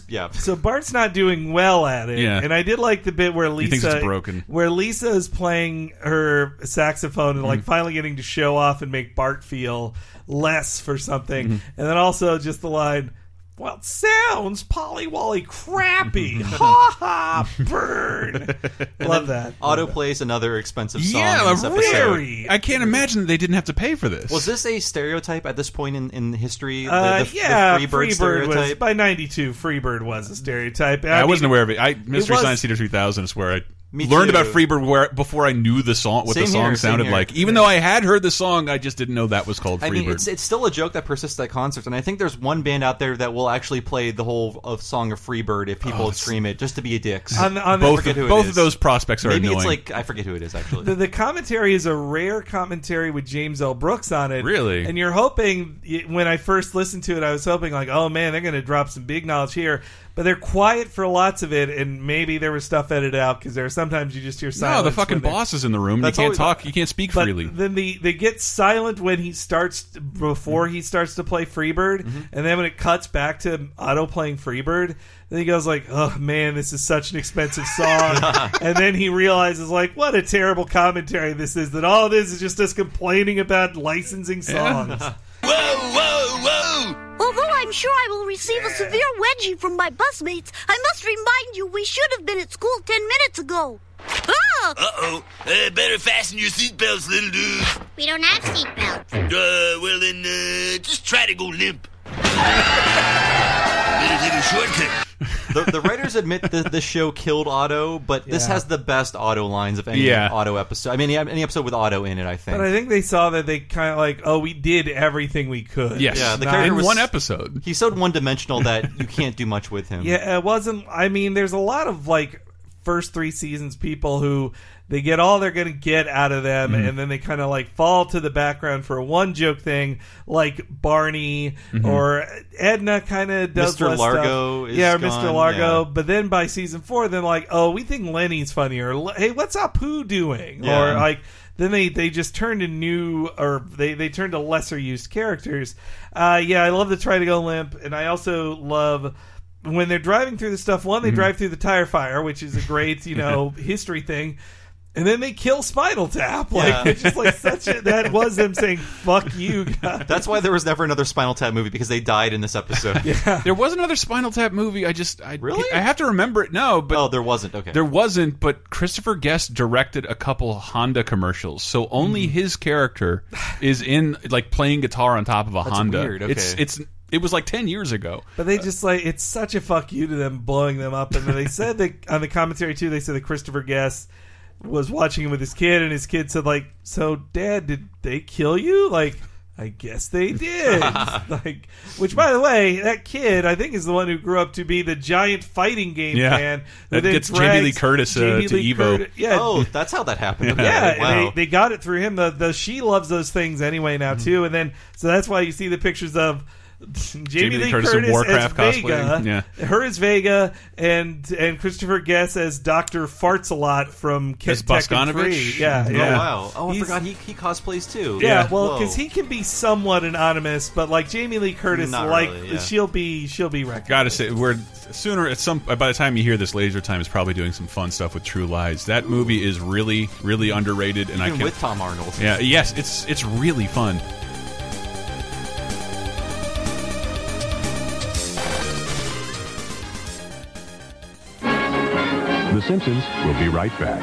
Speaker 2: yeah.
Speaker 4: So Bart's not doing well at it.
Speaker 2: Yeah.
Speaker 4: And I did like the bit where
Speaker 2: He
Speaker 4: Lisa
Speaker 2: thinks it's broken.
Speaker 4: Where Lisa is playing her saxophone and like
Speaker 2: Mhm.
Speaker 4: finally getting to show off and make Bart feel less for something.
Speaker 2: Mhm.
Speaker 4: And then also just the line well, it sounds polywally crappy.
Speaker 2: Mm-hmm.
Speaker 4: ha ha, bird.
Speaker 1: And
Speaker 4: Love
Speaker 1: then
Speaker 4: that.
Speaker 1: Auto plays another expensive song.
Speaker 2: Yeah,
Speaker 1: in this episode.
Speaker 2: very. I can't imagine they didn't have to pay for this.
Speaker 1: Was this a stereotype at this point in, in history? The-
Speaker 4: Uh,
Speaker 1: the, the,
Speaker 4: yeah,
Speaker 1: Freebird,
Speaker 4: Freebird was
Speaker 1: stereotype?
Speaker 4: by '92. Freebird was a stereotype.
Speaker 2: I,
Speaker 4: mean,
Speaker 2: wasn't aware of it. I Mystery
Speaker 4: was-
Speaker 2: Science Theater 3000 is where I
Speaker 4: Me
Speaker 2: learned
Speaker 4: too.
Speaker 2: about Freebird where, before I knew the song, what
Speaker 1: Same
Speaker 2: the song
Speaker 1: here, same
Speaker 2: sounded
Speaker 1: here.
Speaker 2: like. Even though I had heard the song, I just didn't know that was called Freebird.
Speaker 1: I mean, it's it's still a joke that persists at concerts, and I think there's one band out there that will actually play the whole of song of Freebird if people
Speaker 2: Oh, it's-
Speaker 1: stream it just to be a dick.
Speaker 4: On the- on the-
Speaker 1: I
Speaker 4: Both-
Speaker 1: forget who it
Speaker 2: both of
Speaker 1: is.
Speaker 2: those prospects are
Speaker 1: Maybe
Speaker 2: annoying.
Speaker 1: it's like I forget who it is actually.
Speaker 4: The, the commentary is a rare commentary with James L. Brooks on it.
Speaker 1: Really?
Speaker 4: And you're hoping, when I first listened to it, I was hoping, like, oh man, they're going to drop some big knowledge here. But they're quiet for lots of it, and maybe there was stuff edited out because there are sometimes you just hear
Speaker 2: no,
Speaker 4: silence.
Speaker 2: the fucking
Speaker 4: when they-
Speaker 2: boss is in the room. And you
Speaker 4: That's
Speaker 2: can't
Speaker 4: always-
Speaker 2: talk. You can't speak freely.
Speaker 4: Then the, they get silent when he starts before he starts to play Freebird, and then when it cuts back to Otto playing Freebird, then he goes like, "Oh man, this is such an expensive song," and then he realizes like, "What a terrible commentary this is! That all it is is just us complaining about licensing songs."
Speaker 9: Whoa, whoa, whoa!
Speaker 11: Although I'm sure I will receive a severe wedgie from my busmates, I must remind you we should have been at school ten minutes ago.
Speaker 9: Oh,
Speaker 11: Ah!
Speaker 9: Uh-oh. Uh, better fasten your seatbelts, little dudes.
Speaker 12: We don't have seatbelts.
Speaker 9: Uh, well then, uh, just try to go limp. Better take a shortcut.
Speaker 1: the, the writers admit that the show killed Otto, but this
Speaker 4: Yeah.
Speaker 1: has the best Otto lines of any
Speaker 4: Yeah.
Speaker 1: Otto episode. I mean, any, any episode with Otto in it, I think.
Speaker 4: But I think they saw that they kind of like, oh, we did everything we could.
Speaker 1: Yeah, the
Speaker 4: Not-
Speaker 1: character was, episode. He's so one dimensional that you can't do much with him.
Speaker 4: Yeah, it wasn't. I mean, there's a lot of like first three seasons people who they get all they're going to get out of them,
Speaker 1: Mm-hmm.
Speaker 2: Mhm.
Speaker 4: and then they kind of like fall to the background for a one joke thing, like Barney
Speaker 2: Mhm.
Speaker 4: or Edna kind of does
Speaker 1: Mr.
Speaker 4: less
Speaker 1: Mm-hmm. Largo
Speaker 4: stuff.
Speaker 1: is
Speaker 4: yeah, or
Speaker 1: gone,
Speaker 4: Mr. Largo. But then by season four, they're like, oh, we think Lenny's funny, or hey, what's Apu doing,
Speaker 1: Yeah.
Speaker 4: or like. Then they, they just turned to new or they, they turned to lesser used characters. Uh, yeah, I love the try to go limp, and I also love when they're driving through the stuff, one, they
Speaker 2: Mhm.
Speaker 4: drive through the tire fire, which is a great, you know, history thing. And then they kill Spinal Tap. Like,
Speaker 1: Yeah.
Speaker 4: it's just like such a, that was them saying, fuck you guys.
Speaker 1: That's why there was never another Spinal Tap movie because they died in this episode.
Speaker 2: There was another Spinal Tap movie. I just I really I have to remember it now. But
Speaker 1: oh, there wasn't. Okay,
Speaker 2: there wasn't. But Christopher Guest directed a couple Honda commercials, so only his character is in like playing guitar on top of a
Speaker 4: That's
Speaker 2: Honda.
Speaker 4: weird,
Speaker 2: It's
Speaker 4: okay.
Speaker 2: it's it was like ten years ago.
Speaker 4: But they just like it's such a fuck you to them blowing them up. And then they said that on the commentary too. They said that Christopher Guest was watching him with his kid, and his kid said like, "So, Dad, did they kill you?" Like. I guess they did. like, which, by the way, that kid I think is the one who grew up to be the giant fighting game
Speaker 2: Yeah.
Speaker 4: fan.
Speaker 2: That
Speaker 4: then
Speaker 2: gets Jamie Lee
Speaker 4: drags
Speaker 2: Curtis, uh,
Speaker 4: Jamie
Speaker 2: to
Speaker 4: Lee
Speaker 2: Evo.
Speaker 4: Curtis- yeah.
Speaker 1: Oh, that's how that happened. Okay.
Speaker 4: Yeah, and
Speaker 1: wow.
Speaker 4: they, they got it through him. The, the she loves those things anyway
Speaker 2: Mm-hmm.
Speaker 4: now too, and then so that's why you see the pictures of Jamie,
Speaker 2: Jamie Lee
Speaker 4: Lee
Speaker 2: Curtis
Speaker 4: Curtis,
Speaker 2: in Warcraft
Speaker 4: as
Speaker 2: cosplaying.
Speaker 4: Vega, her as Vega, and and Christopher Guest as Doctor Farts a lot from Ke-
Speaker 2: As
Speaker 4: Tekken
Speaker 2: Bogdanovich?
Speaker 4: 3. Yeah,
Speaker 2: Oh,
Speaker 4: yeah.
Speaker 1: wow. Oh, I
Speaker 4: He's-
Speaker 1: forgot he, he cosplays too.
Speaker 4: yeah, well,
Speaker 1: Whoa.
Speaker 4: because he can be somewhat anonymous, but like Jamie Lee Curtis,
Speaker 1: Not
Speaker 4: like
Speaker 1: really, yeah.
Speaker 4: she'll be she'll be recognized.
Speaker 2: Gotta say, we're sooner at some. By the time you hear this, Laser Time is probably doing some fun stuff with True Lies. That movie is really, really underrated, and I
Speaker 1: Even
Speaker 2: can
Speaker 1: with Tom Arnold.
Speaker 2: Yeah, yes, it's it's really fun.
Speaker 13: The Simpsons will be right back.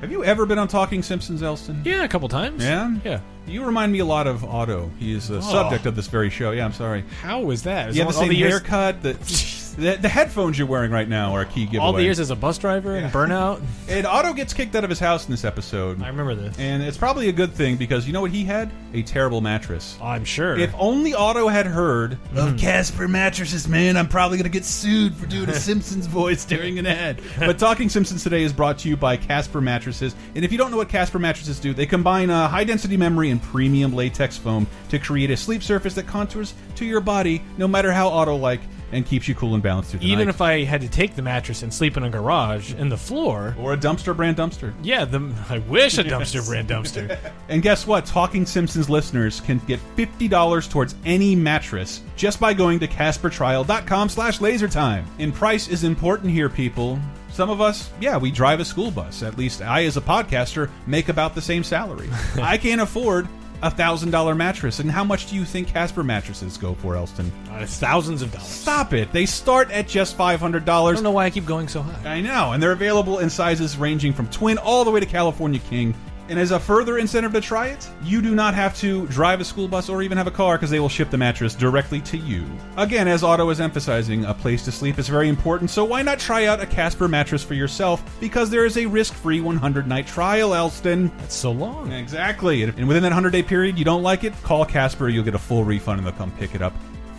Speaker 2: Have you ever been on Talking Simpsons, Elston? Yeah, a couple times. Yeah, yeah. Oh. You remind me a lot of Otto. He is the subject of this very show. Yeah, I'm sorry.
Speaker 14: How was that?
Speaker 2: You have
Speaker 14: All-
Speaker 2: the
Speaker 14: all
Speaker 2: same
Speaker 14: the years-
Speaker 2: haircut. The, the the headphones you're wearing right now are a key giveaway.
Speaker 14: All the years as a bus driver and burnout.
Speaker 2: And Otto gets kicked out of his house in this episode. I
Speaker 14: remember this.
Speaker 2: And it's probably a good thing because you know what he had? A terrible mattress.
Speaker 14: I'm sure. Mm.
Speaker 2: If only Otto had heard of Casper mattresses, man, I'm probably gonna get sued for doing a Simpsons voice during an ad. But Talking Simpsons today is brought to you by Casper mattresses. And if you don't know what Casper mattresses do, they combine uh, high density memory and premium latex foam to create a sleep surface that contours to your body, no matter how Otto like. and keeps you cool and balanced through the
Speaker 14: Even
Speaker 2: night.
Speaker 14: if I had to take the mattress and sleep in a garage in the floor
Speaker 2: or a dumpster brand dumpster.
Speaker 14: Yeah, the, I wish a dumpster
Speaker 2: Yes.
Speaker 14: brand dumpster.
Speaker 2: and guess what? Talking Simpsons listeners can get fifty dollars towards any mattress just by going to CasperTrial.com/lasertime. And price is important here, people. Some of us, yeah, we drive a school bus. At least I, as a podcaster, make about the same salary. I can't afford a thousand dollar mattress. And how much do you think Casper mattresses go for, Elston?
Speaker 14: Uh, it's thousands of dollars.
Speaker 2: Stop it! They start at just five hundred dollars. I don't know
Speaker 14: why I keep going so high.
Speaker 2: I know, and they're available in sizes ranging from twin all the way to California king. And as a further incentive to try it, you do not have to drive a school bus or even have a car because they will ship the mattress directly to you. Again, as Otto is emphasizing, a place to sleep is very important, so why not try out a Casper mattress for yourself? Because there is a risk free 100 night trial, Elston. That's
Speaker 14: so long.
Speaker 2: Exactly. And within that 100 day period, you don't like it, call Casper, you'll get a full refund and they'll come pick it up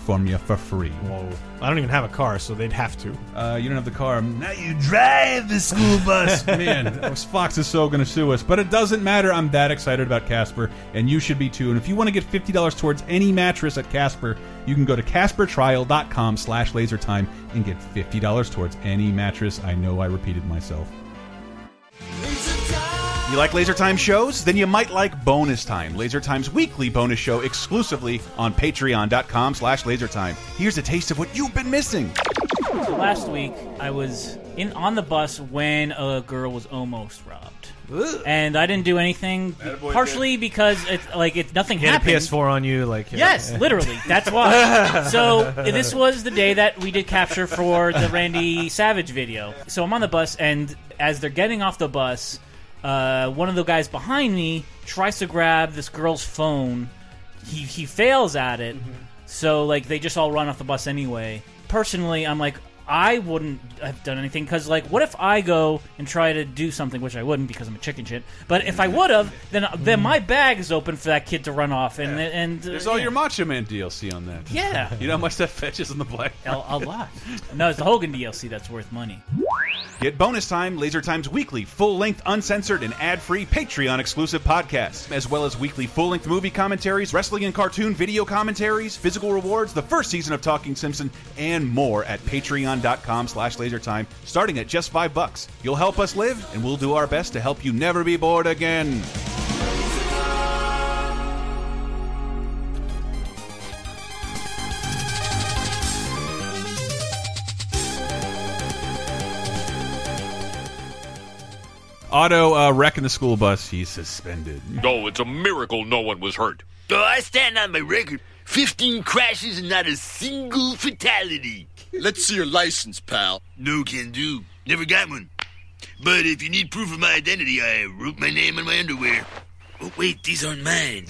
Speaker 2: from you for free. Whoa.
Speaker 14: I don't even have a car, so they'd have to.
Speaker 2: Uh, you don't have the car. Now you drive the school bus. Man, those Fox is so going to sue us. But it doesn't matter. I'm that excited about Casper, and you should be too. And if you want to get $50 towards any mattress at Casper, you can go to CasperTrial.com slash lasertime and get $50 towards any mattress. I know I repeated myself. You like Laser Time shows? Then you might like Bonus Time, Laser Time's weekly bonus show exclusively on patreon.com slash lasertime. Here's a taste of what you've been missing.
Speaker 12: Last week, I was in on the bus when a girl was almost robbed, and I didn't do anything. partially because it's like it's nothing
Speaker 14: He had a
Speaker 12: happened.
Speaker 14: PS4 on you, like you know.
Speaker 12: Yes, literally. That's why. so this was the day that we did capture for the Randy Savage video. So I'm on the bus, and as they're getting off the bus, uh, one of the guys behind me tries to grab this girl's phone. He he fails at it.
Speaker 14: Mm-hmm.
Speaker 12: So like they just all run off the bus anyway. Personally, I'm like. I wouldn't have done anything because, like, what if I go and try to do something, which I wouldn't because I'm a chicken shit. But if I would have, then then my bag is open for that kid to run off, and and uh,
Speaker 2: Mm. There's all
Speaker 12: yeah.
Speaker 2: your Macho Man DLC on that.
Speaker 12: Yeah.
Speaker 2: You know how much that fetches on the black
Speaker 12: A, a lot. No, it's the Hogan DLC that's worth money.
Speaker 2: Get bonus time, Laser Time's weekly, full length, uncensored, and ad free Patreon exclusive podcast, as well as weekly full length movie commentaries, wrestling and cartoon video commentaries, physical rewards, the first season of Talking Simpson, and more at patreon.com slash lasertime, starting at just five bucks. You'll help us live, and we'll do our best to help you never be bored again. Auto uh, wrecking the school bus, he's suspended.
Speaker 15: No, it's a miracle no one was hurt.
Speaker 16: Oh, I stand on my record. 15 crashes and not a single fatality. Let's see your license, pal. No can do. Never got one. But if you need proof of my identity, I wrote my name on my underwear. Oh, wait, these aren't mine.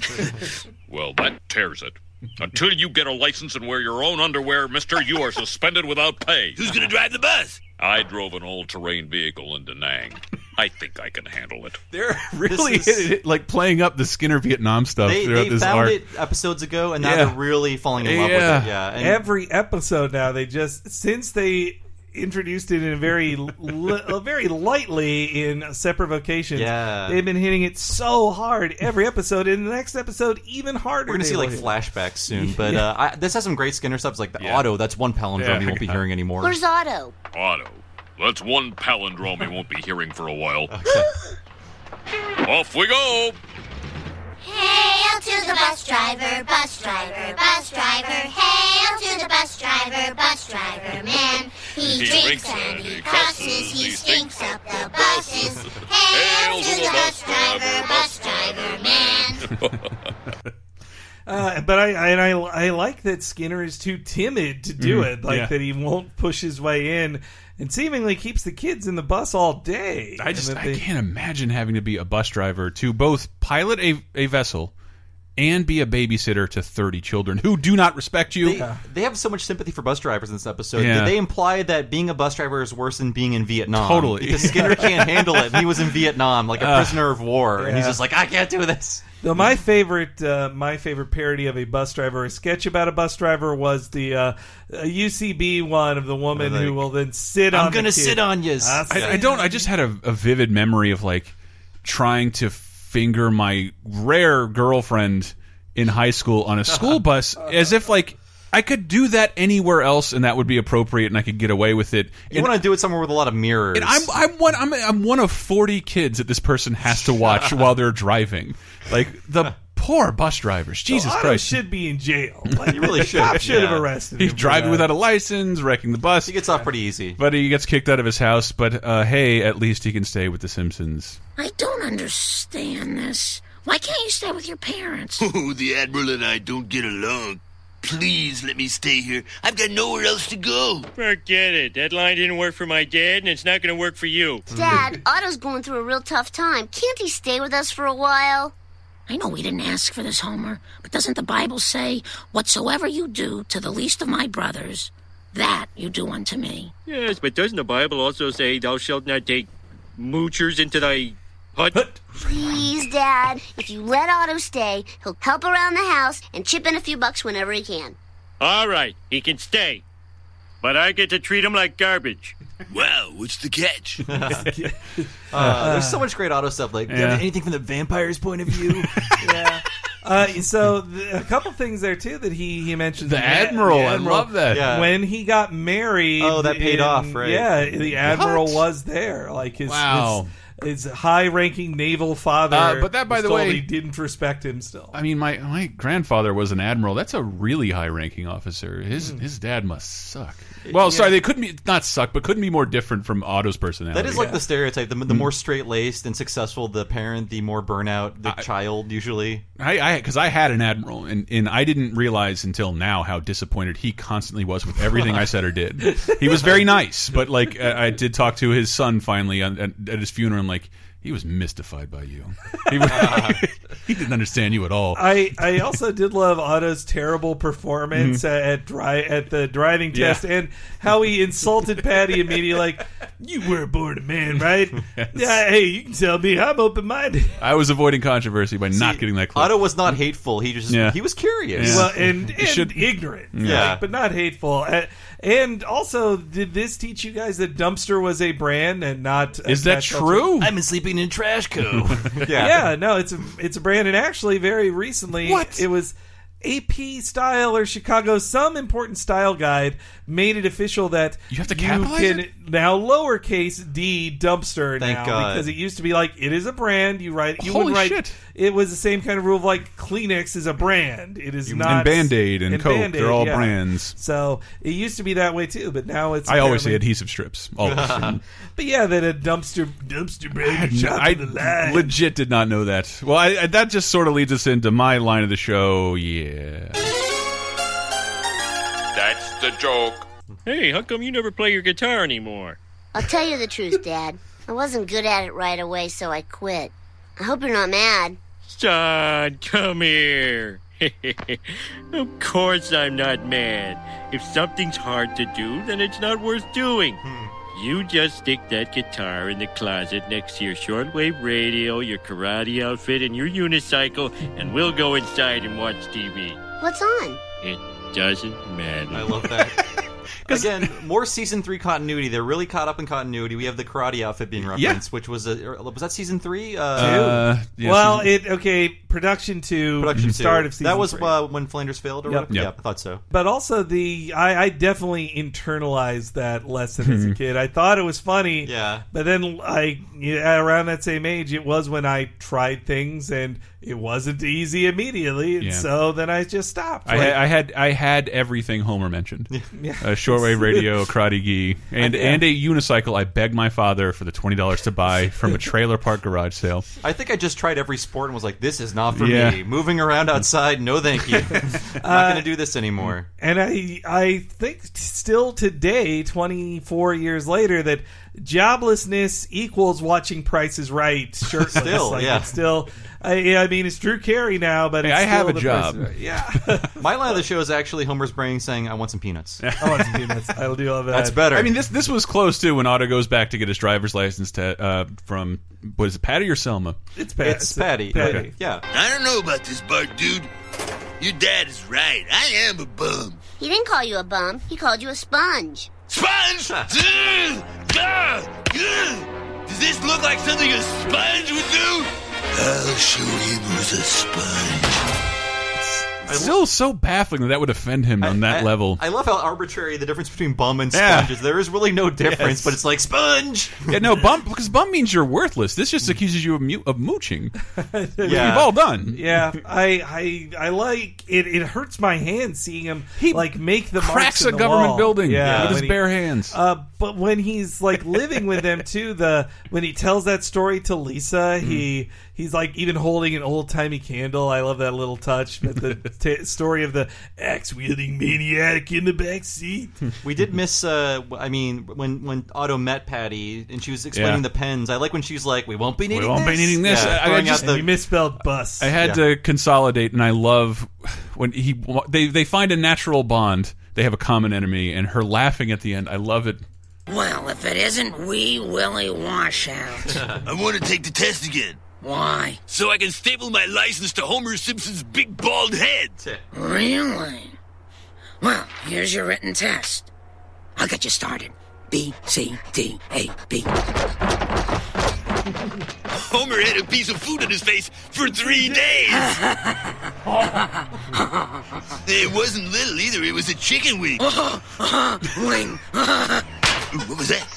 Speaker 15: Well, that tears it. Until you get a license and wear your own underwear, mister, you are suspended without pay. Who's going to drive the bus? I drove an all terrain vehicle into Nang. I think I can handle it.
Speaker 2: They're
Speaker 1: really This is-
Speaker 2: like playing up the Skinner Vietnam stuff
Speaker 1: They,
Speaker 2: throughout
Speaker 1: they
Speaker 2: this
Speaker 1: found
Speaker 2: art.
Speaker 1: it episodes ago, and now
Speaker 2: Yeah.
Speaker 1: they're really falling in love with it. Yeah, and
Speaker 4: Every episode now, they just since they introduced it in a very li- very lightly in separate vocations.
Speaker 1: Yeah.
Speaker 4: they've been hitting it so hard every episode. In the next episode, even harder.
Speaker 1: we're gonna
Speaker 4: they
Speaker 1: see like
Speaker 4: will hit.
Speaker 1: flashbacks soon. But
Speaker 4: Yeah.
Speaker 1: uh, I, this has some great Skinner stuff. It's like the auto. That's one palindrome
Speaker 15: Yeah,
Speaker 1: you won't be hearing anymore.
Speaker 11: Where's Otto?
Speaker 15: Otto, that's one palindrome you won't be hearing for a while. Off we go!
Speaker 17: Hail to the bus driver, bus driver, bus driver. Hail to the bus driver, bus driver man. He drinks and he crosses, he stinks up the buses. Hail to the bus driver, bus driver man.
Speaker 4: Uh, but I, I and I I like that Skinner is too timid to do
Speaker 2: Mhm,
Speaker 4: it. Like
Speaker 2: yeah.
Speaker 4: that he won't push his way in, and seemingly keeps the kids in the bus all day.
Speaker 2: I just
Speaker 4: And that
Speaker 2: I
Speaker 4: they-
Speaker 2: can't imagine having to be a bus driver to both pilot a, a vessel and be a babysitter to 30 children who do not respect you.
Speaker 1: They, they have so much sympathy for bus drivers in this episode.
Speaker 2: Yeah.
Speaker 1: They imply that being a bus driver is worse than being in Vietnam.
Speaker 2: Totally.
Speaker 1: Because Skinner can't handle it. and He was in Vietnam, like a
Speaker 2: Uh,
Speaker 1: prisoner of war. And he's
Speaker 4: yeah.
Speaker 1: just like, I can't do this.
Speaker 4: Though my favorite, uh, my favorite parody of a bus driver, a sketch about a bus driver, was the uh, uh, UCB one of the woman
Speaker 2: Like,
Speaker 4: who will then sit.
Speaker 1: I'm
Speaker 4: on
Speaker 1: gonna
Speaker 4: the kid.
Speaker 1: sit on yous.
Speaker 4: I'll sit
Speaker 2: I, I don't. I just had a, a vivid memory of like trying to finger my rare girlfriend in high school on a school bus, as if like I could do that anywhere else, and that would be appropriate, and I could get away with it.
Speaker 1: You want to do it somewhere with a lot of mirrors.
Speaker 2: And I'm I'm one I'm I'm one of forty kids that this person has to watch while they're driving. Like the poor bus drivers. Jesus
Speaker 4: Otto
Speaker 2: Christ.
Speaker 4: should be in jail. Like,
Speaker 2: He really
Speaker 4: the
Speaker 2: should.
Speaker 4: cop should
Speaker 2: Yeah.
Speaker 4: have arrested him.
Speaker 2: He's
Speaker 4: for
Speaker 2: driving
Speaker 4: that.
Speaker 2: without a license, wrecking the bus. He
Speaker 1: gets off pretty easy.
Speaker 2: But he gets kicked out of his house. But uh, hey, at least he can stay with the Simpsons.
Speaker 3: I don't understand this. Why can't you stay with your parents?
Speaker 16: Oh, the Admiral and I don't get along. Please let me stay here. I've got nowhere else to go.
Speaker 5: Forget it. That line didn't work for my dad, and it's not going to work for you.
Speaker 17: Dad, Mm. Otto's going through a real tough time. Can't he stay with us for a while?
Speaker 3: I know we didn't ask for this, Homer, but doesn't the Bible say, Whatsoever you do to the least of my brothers, that you do unto me?
Speaker 5: Yes, but doesn't the Bible also say, Thou shalt not take moochers into thy hut?
Speaker 17: Please, Dad. If you let Otto stay, he'll help around the house and chip in a few bucks whenever he can.
Speaker 5: All right, he can stay. But I get to treat him like garbage. Wow, what's the catch?
Speaker 1: Uh, there's so much great auto stuff. Like, do you have
Speaker 4: Yeah.
Speaker 1: anything from the vampire's point of view?
Speaker 4: Uh, so th- a couple things there too that he he mentioned.
Speaker 1: The Admiral, I love that.
Speaker 2: Yeah.
Speaker 4: When he got married,
Speaker 1: Oh, that paid
Speaker 4: in-
Speaker 1: off, right.
Speaker 4: Yeah, the admiral
Speaker 2: What?
Speaker 4: was there. Like his
Speaker 2: Wow.
Speaker 4: his, his high-ranking naval father.
Speaker 2: Uh, but that, by
Speaker 4: was
Speaker 2: the
Speaker 4: told
Speaker 2: way-
Speaker 4: he didn't respect him still.
Speaker 2: I mean, my my grandfather was an admiral. That's a really high ranking officer. His
Speaker 4: Hmm.
Speaker 2: his dad must suck. Well, sorry, they couldn't be not suck, but couldn't be more different from Otto's personality.
Speaker 1: That is like the stereotype. The, the more straight laced and successful the parent, the more burnout the child usually.
Speaker 2: I because I, had an admiral, and, and I didn't realize until now how disappointed he constantly was with everything I said or did. He was very nice, but like I, I did talk to his son finally on, at, at his funeral, and like he was mystified by you. He, was- he didn't understand you at all.
Speaker 4: I, I also did love Otto's terrible performance
Speaker 2: Mhm.
Speaker 4: at at, dri- at the driving
Speaker 2: Yeah.
Speaker 4: test and how he insulted Patty immediately, like, "You were born a man, right? Yeah, hey, you can tell me I'm open minded."
Speaker 2: I was avoiding controversy by not getting that clip.
Speaker 1: Otto was not hateful. He just
Speaker 2: Yeah.
Speaker 1: he was curious.
Speaker 2: Yeah.
Speaker 4: Well, and,
Speaker 2: You
Speaker 4: and
Speaker 2: should-
Speaker 4: ignorant,
Speaker 2: Yeah.
Speaker 4: like, but not hateful. Uh, And also, did this teach you guys that dumpster was a brand and not? a
Speaker 2: Is that
Speaker 4: catch-all
Speaker 2: true?
Speaker 4: term?
Speaker 1: I've been sleeping in a trash co.
Speaker 4: yeah. no, it's a it's a brand, and actually, very recently,
Speaker 1: What?
Speaker 4: it was. AP style or Chicago, some important style guide made it official that you have to
Speaker 2: capitalize
Speaker 4: can
Speaker 2: it?
Speaker 4: now lowercase d dumpster
Speaker 2: Thank
Speaker 4: now
Speaker 2: God.
Speaker 4: because it used to be like it is a brand. You write you
Speaker 2: Holy
Speaker 4: would write
Speaker 2: shit.
Speaker 4: it was the same kind of rule of like Kleenex is a brand. It is
Speaker 2: And
Speaker 4: not
Speaker 2: Band-Aid and Coke,
Speaker 4: Band-Aid,
Speaker 2: they're all
Speaker 4: yeah.
Speaker 2: brands.
Speaker 4: So it used to be that way too, but now it's
Speaker 2: I always say
Speaker 4: apparently-
Speaker 2: adhesive strips. Always.
Speaker 4: but yeah, that a dumpster dumpster brand is shot
Speaker 2: I
Speaker 4: to the line.
Speaker 2: legit did not know that. Well, I, I, that just sort of leads us into my line of the show. Yeah.
Speaker 15: That's the joke.
Speaker 5: Hey, how come you never play your guitar anymore?
Speaker 17: I'll tell you the truth, Dad. I wasn't good at it right away, so I quit. I hope you're not mad.
Speaker 5: Son, come here. of course I'm not mad. If something's hard to do, then it's not worth doing. You just stick that guitar in the closet next to your shortwave radio, your karate outfit, and your unicycle, and we'll go inside and watch TV.
Speaker 17: What's on?
Speaker 5: It doesn't matter.
Speaker 1: I love that. Again, more season three continuity. They're really caught up in continuity. We have the karate outfit being referenced, which was a, or was that season three? Uh,
Speaker 4: well, it okay. Production two,
Speaker 1: production two.
Speaker 4: start of season.
Speaker 1: That was
Speaker 4: three.
Speaker 1: Uh, when Flanders failed, or
Speaker 4: Yep.
Speaker 1: whatever.
Speaker 4: Yep.
Speaker 1: Yeah, I thought so.
Speaker 4: But also the I, I definitely internalized that lesson as a kid. I thought it was funny.
Speaker 1: Yeah.
Speaker 4: But then I yeah, around that same age, it was when I tried things and it wasn't easy immediately, and
Speaker 2: Yeah.
Speaker 4: so then I just stopped.
Speaker 2: I,
Speaker 4: Like,
Speaker 2: had, I had I had everything Homer mentioned.
Speaker 4: Yeah.
Speaker 2: Uh, shortwave radio, karate gi, and
Speaker 1: Yeah.
Speaker 2: and a unicycle. I begged my father for the twenty dollars to buy from a trailer park garage sale.
Speaker 1: I think I just tried every sport and was like, "This is not for
Speaker 2: Yeah.
Speaker 1: me." Moving around outside, no, thank you. I'm not going to do this anymore.
Speaker 4: And I I think t- still today, 24 years later, that joblessness equals watching Price is Right shirtless.
Speaker 1: Still,
Speaker 4: Like,
Speaker 1: yeah.
Speaker 4: it's still, I, yeah, I mean, it's Drew Carey now, but it's
Speaker 1: I have
Speaker 4: still
Speaker 1: a
Speaker 4: the
Speaker 1: job.
Speaker 4: person- yeah.
Speaker 1: My line of the show is actually Homer's brain saying, "I want some peanuts."
Speaker 4: I want some peanuts. I'll do all that.
Speaker 1: That's better.
Speaker 2: I mean, this this was close too when Otto goes back to get his driver's license to uh, from what is it, Patty or Selma?
Speaker 4: It's
Speaker 1: Patty. It's Patty.
Speaker 2: Okay.
Speaker 1: Yeah.
Speaker 16: I don't know about this, Bart, dude. Your dad is right. I am a bum.
Speaker 17: He didn't call you a bum. He called you a sponge.
Speaker 16: Sponge! Ugh! Ugh! Ugh! Does this look like something a sponge would do? I'll show him who's a sponge.
Speaker 1: I
Speaker 2: Still so baffling that that would offend him on that
Speaker 1: I-
Speaker 2: level.
Speaker 1: I love how arbitrary the difference between bum and
Speaker 2: Yeah.
Speaker 1: sponge is. There is really no difference,
Speaker 2: Yes.
Speaker 1: but it's like sponge.
Speaker 2: yeah, no, bum because bum means you're worthless. This just accuses you of, mu- of mooching.
Speaker 4: Yeah.
Speaker 2: Which we've all done.
Speaker 4: Yeah, I I I like it. It hurts my hand seeing him like make the
Speaker 2: cracks
Speaker 4: marks in
Speaker 2: a
Speaker 4: the
Speaker 2: government
Speaker 4: wall.
Speaker 2: building with his
Speaker 4: when he-
Speaker 2: bare hands.
Speaker 4: Uh, but when he's like living with them too, the when he tells that story to Lisa,
Speaker 2: Mm-hmm.
Speaker 4: he he's like even holding an old timey candle. I love that little touch. But the t- story of the axe wielding maniac in the back seat.
Speaker 1: we did miss. Uh, w- I mean, when when Otto met Patty and she was explaining
Speaker 2: Yeah.
Speaker 1: the pens, I like when she's like, "We won't be needing.
Speaker 2: We won't
Speaker 1: this.
Speaker 2: be needing this. I-
Speaker 1: Yeah,
Speaker 2: I
Speaker 1: throwing out
Speaker 2: just-
Speaker 1: the-
Speaker 2: You
Speaker 4: misspelled bus.
Speaker 2: I had
Speaker 1: Yeah.
Speaker 2: to consolidate, and I love when he they they find a natural bond. They have a common enemy, and her laughing at the end. I love it.
Speaker 3: Well, if it isn't Wee Willie Washout.
Speaker 16: I want to take the test again.
Speaker 3: Why?
Speaker 16: So I can staple my license to Homer Simpson's big bald head.
Speaker 3: Really? Well, here's your written test. I'll get you started. B, C, D, A, B.
Speaker 16: Homer had a piece of food on his face for three days. it wasn't little either. It was a chicken wing.
Speaker 3: wing.
Speaker 16: what was that?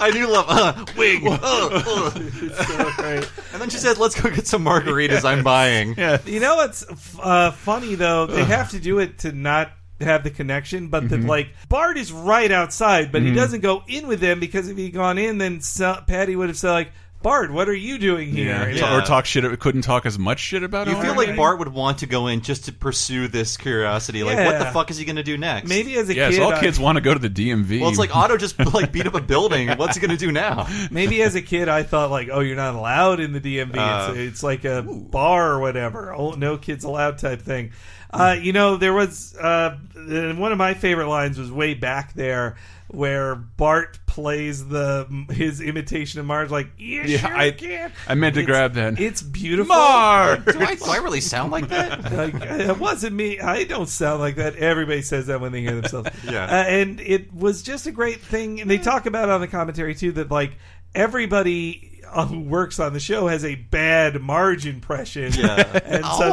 Speaker 1: I do love uh,
Speaker 16: wing. Oh,
Speaker 1: uh, uh. And then she said, "Let's go get some margaritas. I'm buying."
Speaker 4: You know what's f- uh, funny though? They have to do it to not have the connection, but the, like Bart is right outside, but he
Speaker 1: Mhm.
Speaker 4: doesn't go in with them because if he'd gone in, then so- Patty would have said like, "Bart, what are you doing here?"
Speaker 2: Yeah.
Speaker 4: And-
Speaker 2: Or talk shit. Couldn't talk as much shit about
Speaker 1: You
Speaker 2: it.
Speaker 1: feel like Bart would want to go in just to pursue this curiosity. Like, what the
Speaker 4: Yeah.
Speaker 1: fuck is he going to do next?
Speaker 4: Maybe as a
Speaker 2: Yes,
Speaker 4: kid,
Speaker 2: all
Speaker 4: I-
Speaker 2: kids want to go to the DMV.
Speaker 1: Well, it's like Otto just like beat up a building. What's he going to do now?
Speaker 4: Maybe as a kid, I thought like, "Oh, you're not allowed in the DMV.
Speaker 1: Uh,
Speaker 4: it's, it's like a bar or whatever. Oh, no kids allowed type thing." Uh, you know, there was uh, uh, one of my favorite lines was way back there where Bart plays the his imitation of Marge, like, "Yeah,
Speaker 2: Yeah,
Speaker 4: sure
Speaker 2: I-
Speaker 4: can."
Speaker 2: I meant to
Speaker 4: It's-
Speaker 2: grab that.
Speaker 4: It's beautiful.
Speaker 2: Marge!
Speaker 1: Do I- do I really sound like that?
Speaker 4: like, it wasn't me. I don't sound like that. Everybody says that when they hear themselves.
Speaker 1: Yeah.
Speaker 4: Uh, and it was just a great thing. And they talk about it on the commentary too that like everybody uh, who works on the show has a bad Marge impression.
Speaker 1: Yeah.
Speaker 4: And
Speaker 1: Oh,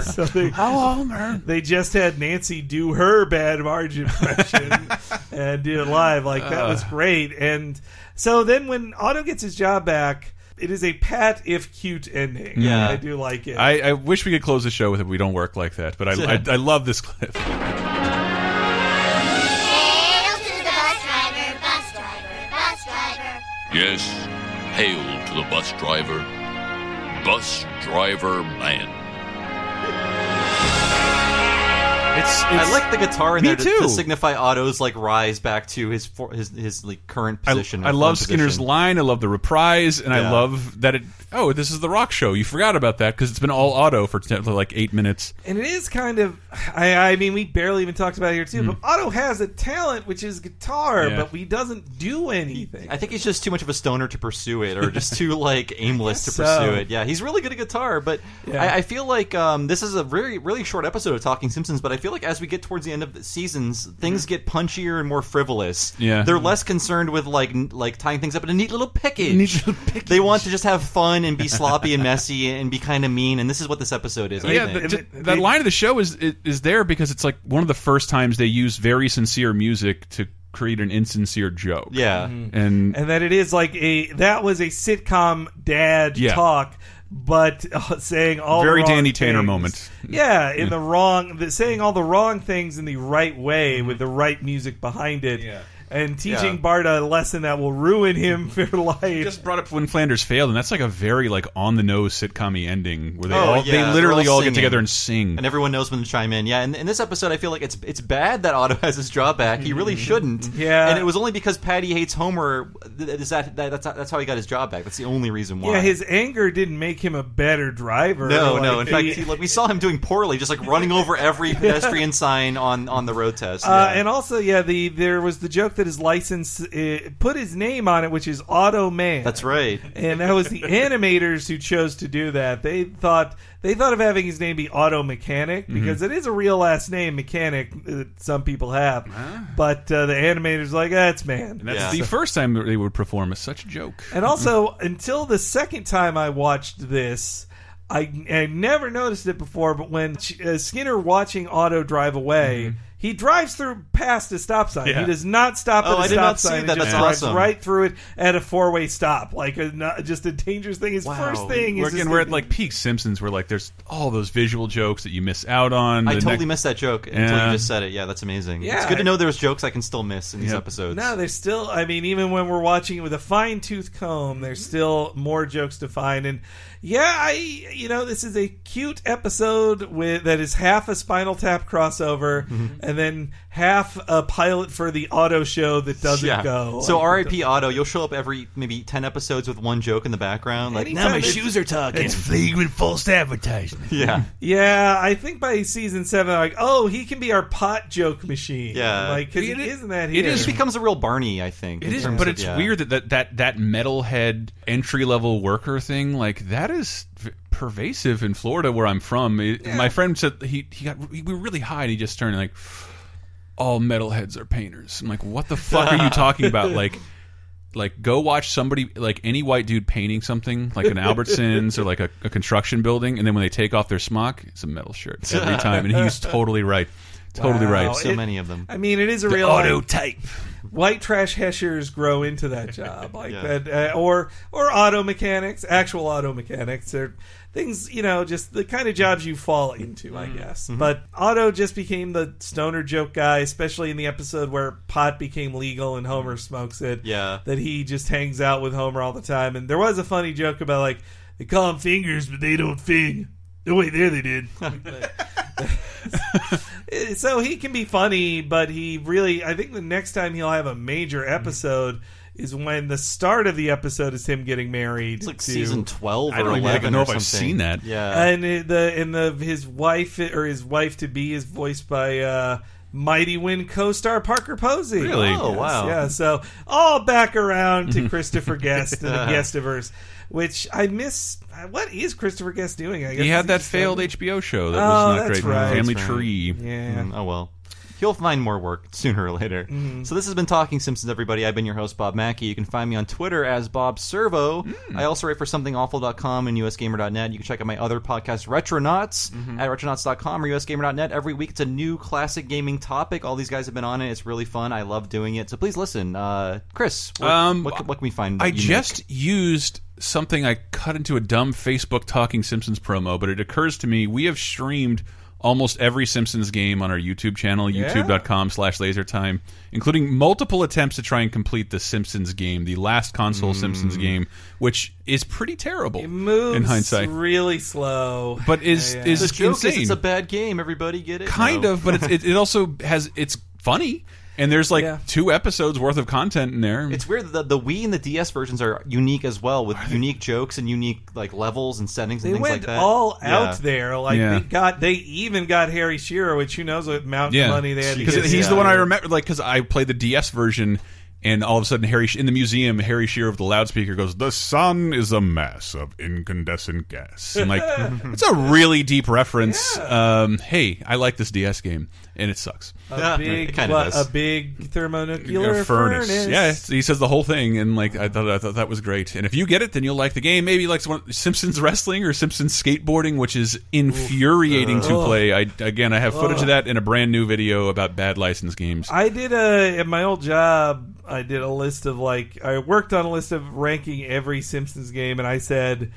Speaker 4: so they,
Speaker 2: oh, Homer.
Speaker 4: They just had Nancy do her bad Marge impression and did it live. Like that was
Speaker 2: Uh.
Speaker 4: great. And so then when Otto gets his job back. It is a pat if cute ending.
Speaker 2: Yeah.
Speaker 4: I do like it.
Speaker 2: I, I wish we could close the show with it. We don't work like that, but I, I, I love this clip.
Speaker 17: Hail to the bus driver, bus driver, bus driver.
Speaker 15: Yes, hail to the bus driver. Bus driver man.
Speaker 2: It's,
Speaker 1: I like the guitar in
Speaker 2: Me
Speaker 1: there to,
Speaker 2: too.
Speaker 1: to signify Otto's like rise back to his for, his his like current
Speaker 2: I,
Speaker 1: position.
Speaker 2: I
Speaker 1: or
Speaker 2: love
Speaker 1: form
Speaker 2: Skinner's
Speaker 1: position.
Speaker 2: line. I love the reprise, and I
Speaker 1: Yeah.
Speaker 2: love that it. Oh, this is the rock show. You forgot about that because it's been all auto for t- like eight minutes.
Speaker 4: And it is kind of, I, I mean, we barely even talked about it here too. But Otto has a talent, which is guitar,
Speaker 1: Hmm. Yeah.
Speaker 4: but he doesn't do anything.
Speaker 1: I think he's just too much of a stoner to pursue it, or just too like aimless to
Speaker 4: so.
Speaker 1: pursue it. Yeah, he's really good at guitar, but
Speaker 4: Yeah.
Speaker 1: I, I feel like um, this is a really really short episode of Talking Simpsons. But I feel like as we get towards the end of the seasons, things get punchier and more frivolous.
Speaker 2: Yeah.
Speaker 1: they're less concerned with like n- like tying things up in a neat little package. They want to just have fun and be sloppy and messy and be kind of mean. And this is what this episode is. I
Speaker 2: yeah,
Speaker 1: think.
Speaker 2: th- th- that line of the show is is- is there because it's like one of the first times they use very sincere music to create an insincere joke.
Speaker 1: Yeah.
Speaker 4: Mm-hmm.
Speaker 2: and
Speaker 4: and that it is like a that was a sitcom dad
Speaker 2: Yeah.
Speaker 4: talk, but uh, saying all the
Speaker 2: very
Speaker 4: wrong
Speaker 2: Danny Tanner
Speaker 4: things.
Speaker 2: moment.
Speaker 4: Yeah, in the wrong, the, saying all the wrong things in the right
Speaker 1: Mm-hmm.
Speaker 4: way with the right music behind it, and teaching
Speaker 2: Yeah.
Speaker 4: Bart a lesson that will ruin him for life.
Speaker 2: Just brought up when Flanders failed, and that's like a very like on the nose sitcom ending where they
Speaker 1: Oh,
Speaker 2: all
Speaker 1: yeah,
Speaker 2: they literally
Speaker 1: they're
Speaker 2: all,
Speaker 1: all
Speaker 2: get
Speaker 1: singing.
Speaker 2: together and sing.
Speaker 1: and everyone knows when to chime in. Yeah, and in this episode, I feel like it's it's bad that Otto has his job back. He really shouldn't.
Speaker 4: Mm-hmm. Yeah.
Speaker 1: and it was only because Patty hates Homer. th- Is that, that that's that's how he got his job back? That's the only reason why.
Speaker 4: Yeah, his anger didn't make him a better driver.
Speaker 1: no,
Speaker 4: Like,
Speaker 1: no. In fact,
Speaker 4: he-
Speaker 1: he, like, we saw him doing poorly, just like running over every pedestrian sign on on the road test.
Speaker 4: Uh,
Speaker 1: Yeah.
Speaker 4: and also, yeah, the there was the joke that his license uh, put his name on it, which is Auto Man.
Speaker 1: That's right.
Speaker 4: And that was the animators who chose to do that. They thought they thought of having his name be Auto Mechanic
Speaker 2: Mm-hmm.
Speaker 4: because it is a real last name, Mechanic. uh, That some people have, but uh, the animators were like that's man.
Speaker 2: Ah. And that's the first time that they would perform as such a joke.
Speaker 4: And also, until the second time I watched this, I, I never noticed it before, but when uh, Skinner watching Auto drive away, he drives through past a stop sign.
Speaker 1: Yeah.
Speaker 4: He does not stop
Speaker 1: Oh,
Speaker 4: at a
Speaker 1: I did
Speaker 4: stop
Speaker 1: not see
Speaker 4: sign. He
Speaker 1: that.
Speaker 4: just
Speaker 1: That's
Speaker 4: drives
Speaker 1: awesome.
Speaker 4: Right through it at a four way stop, like a, not- just a dangerous thing. His first thing
Speaker 2: we're,
Speaker 4: is just
Speaker 2: again,
Speaker 4: the-
Speaker 2: we're at like peak Simpsons, where like there's all those visual jokes that you miss out on.
Speaker 1: I
Speaker 2: The
Speaker 1: totally
Speaker 2: next-
Speaker 1: missed that joke until
Speaker 2: Yeah.
Speaker 1: you just said it. Yeah, that's amazing.
Speaker 4: Yeah.
Speaker 1: It's good to know there's jokes I can still miss in these episodes.
Speaker 4: No, there's still. I mean, even when we're watching it with a fine tooth comb,
Speaker 1: Mm-hmm.
Speaker 4: there's still more jokes to find. And yeah, I you know this is a cute episode with that is half a Spinal Tap crossover,
Speaker 1: Mm-hmm.
Speaker 4: and then half a pilot for the auto show that doesn't
Speaker 1: yeah.
Speaker 4: go.
Speaker 1: So R.I.P. Otto, you'll show up every maybe ten episodes with one joke in the background. Like now
Speaker 4: Anytime
Speaker 1: my
Speaker 4: it's-
Speaker 1: shoes are talking.
Speaker 4: it's
Speaker 1: flagrant false advertisement. Yeah.
Speaker 4: Yeah, I think by season seven, like, oh, he can be our pot joke machine.
Speaker 1: Yeah.
Speaker 4: like because he isn't that here.
Speaker 2: it is-
Speaker 1: He becomes a real Barney, I think.
Speaker 2: It
Speaker 1: in
Speaker 2: is,
Speaker 1: terms
Speaker 2: but
Speaker 1: of-
Speaker 2: it's
Speaker 1: yeah.
Speaker 2: weird that that that, that metalhead entry level worker thing, like that is v- pervasive in Florida where I'm from. It- My friend said he he got he, we were really high and he just turned like, all metalheads are painters. I'm like, what the fuck are you talking about? Like. Like go watch somebody like any white dude painting something like an Albertsons or like a, a construction building, and then when they take off their smock, it's a metal shirt every time. And he's totally right, totally
Speaker 4: Wow.
Speaker 2: right.
Speaker 4: It- I mean, it is a
Speaker 2: The
Speaker 4: real
Speaker 2: auto
Speaker 4: like, White trash heshers grow into that job, like
Speaker 2: Yeah.
Speaker 4: that, uh, or or auto mechanics, actual auto mechanics, or things you know, just the kind of jobs you fall into, I guess. But Otto just became the stoner joke guy, especially in the episode where pot became legal and Homer smokes it.
Speaker 1: Yeah.
Speaker 4: that he just hangs out with Homer all the time. And there was a funny joke about like they call them fingers, but they don't fing. Oh wait, there they did. so he can be funny, but he really I think the next time he'll have a major
Speaker 1: Mm-hmm.
Speaker 4: episode is when the start of the episode is him getting married. It's
Speaker 1: like season 12 or 11 or something. Yeah.
Speaker 4: And it- the and the his wife or his wife to be is voiced by uh Mighty Wind co-star Parker Posey.
Speaker 1: Really? Oh,
Speaker 4: Yes,
Speaker 1: wow.
Speaker 4: Yeah, so all back around to Christopher Guest and the Guestiverse, which I miss. What is Christopher Guest doing? I guess
Speaker 2: He
Speaker 4: is
Speaker 2: had that
Speaker 4: just-
Speaker 2: failed HBO show that
Speaker 4: Oh,
Speaker 2: was not
Speaker 4: that's
Speaker 2: great.
Speaker 4: right.
Speaker 2: Family
Speaker 4: That's right.
Speaker 2: Tree.
Speaker 4: Yeah.
Speaker 1: Mm, oh well. He'll find more work sooner or later.
Speaker 4: Mm-hmm.
Speaker 1: So this has been Talking Simpsons, everybody. I've been your host, Bob Mackey. You can find me on Twitter as Bob Servo.
Speaker 2: Mm.
Speaker 1: I also write for somethingawful.com and usgamer.net. You can check out my other podcast, Retronauts,
Speaker 2: Mm-hmm.
Speaker 1: at retronauts.com or usgamer.net. Every week it's a new classic gaming topic. All these guys have been on it. It's really fun. I love doing it. So please listen. Uh, Chris, what,
Speaker 2: Um,
Speaker 1: what, what can we find?
Speaker 2: I
Speaker 1: unique?
Speaker 2: just used something I cut into a dumb Facebook Talking Simpsons promo, but it occurs to me we have streamed almost every Simpsons game on our YouTube channel,
Speaker 1: Yeah.
Speaker 2: youtube.com slash lasertime, including multiple attempts to try and complete the Simpsons game, the last console Simpsons game, which is pretty terrible
Speaker 4: moves
Speaker 2: in hindsight.
Speaker 4: really slow.
Speaker 2: But is- is
Speaker 1: the joke is
Speaker 2: insane.
Speaker 1: it's a bad game. Everybody get it?
Speaker 2: kind
Speaker 1: No.
Speaker 2: of but it's, it, it also has it's funny and there's like two episodes worth of content in there
Speaker 1: It's weird that the Wii and the DS versions are unique as well, with unique jokes and unique like levels and settings and
Speaker 4: They
Speaker 1: things
Speaker 4: went
Speaker 1: like that.
Speaker 4: all
Speaker 1: Yeah.
Speaker 4: out there. Like
Speaker 2: Yeah.
Speaker 4: they got, they even got Harry Shearer, which who knows what amount
Speaker 2: yeah
Speaker 4: of money they had. to
Speaker 2: because
Speaker 4: give
Speaker 2: he's
Speaker 4: him.
Speaker 2: the one i remember like because i played the ds version and all of a sudden harry Sh- in the museum harry shearer of the loudspeaker goes the sun is a mass of incandescent gas and like it's a really deep reference um hey i like this ds game and it sucks
Speaker 4: A
Speaker 2: Yeah.
Speaker 4: big,
Speaker 2: It kinda
Speaker 4: what,
Speaker 2: does.
Speaker 4: a big thermonuclear
Speaker 2: A furnace.
Speaker 4: furnace.
Speaker 2: Yeah, he says the whole thing, and like I thought, I thought that was great. And if you get it, then you'll like the game. Maybe you like one, Simpsons wrestling or Simpsons skateboarding, which is infuriating
Speaker 4: Ugh.
Speaker 2: to
Speaker 4: Ugh.
Speaker 2: play. I again, I have footage
Speaker 4: Ugh.
Speaker 2: of that in a brand new video about bad license games.
Speaker 4: I did a at my old job. I did a list of like I worked on a list of ranking every Simpsons game, and I said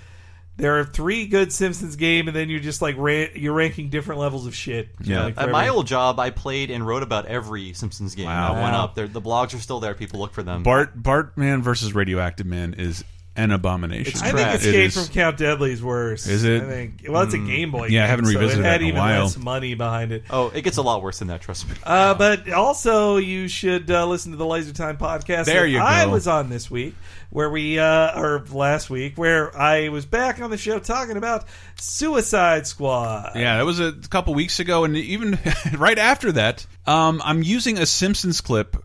Speaker 4: there are three good Simpsons game, and then you're just like ran, you're ranking different levels of shit. You know, like,
Speaker 1: At
Speaker 4: for
Speaker 1: Uh, my
Speaker 4: every-
Speaker 1: old job, I played and wrote about every Simpsons game.
Speaker 2: Wow.
Speaker 1: I went
Speaker 2: Wow.
Speaker 1: up. They're, the blogs are still there. People look for
Speaker 4: Um,
Speaker 1: them.
Speaker 2: Bart Bartman versus Radioactive Man is an abomination.
Speaker 4: I think
Speaker 2: It
Speaker 4: Escape
Speaker 2: is-
Speaker 4: from Count Deadly's worse.
Speaker 2: Is it?
Speaker 4: I think. Well, it's a
Speaker 2: Mm.
Speaker 4: Game Boy.
Speaker 2: Yeah, I haven't
Speaker 4: game, so
Speaker 2: revisited
Speaker 4: it
Speaker 2: that
Speaker 4: had
Speaker 2: in a
Speaker 4: even
Speaker 2: while.
Speaker 4: less money behind it.
Speaker 1: Oh, it gets a lot worse than that. Trust me.
Speaker 4: Uh, but also, you should uh, listen to the Laser Time podcast.
Speaker 1: There
Speaker 4: that
Speaker 1: you
Speaker 4: I
Speaker 1: go.
Speaker 4: was on this week, where we uh, or last week, where I was back on the show talking about Suicide Squad.
Speaker 2: Yeah, that was a couple weeks ago, and even right after that, um, I'm using a Simpsons clip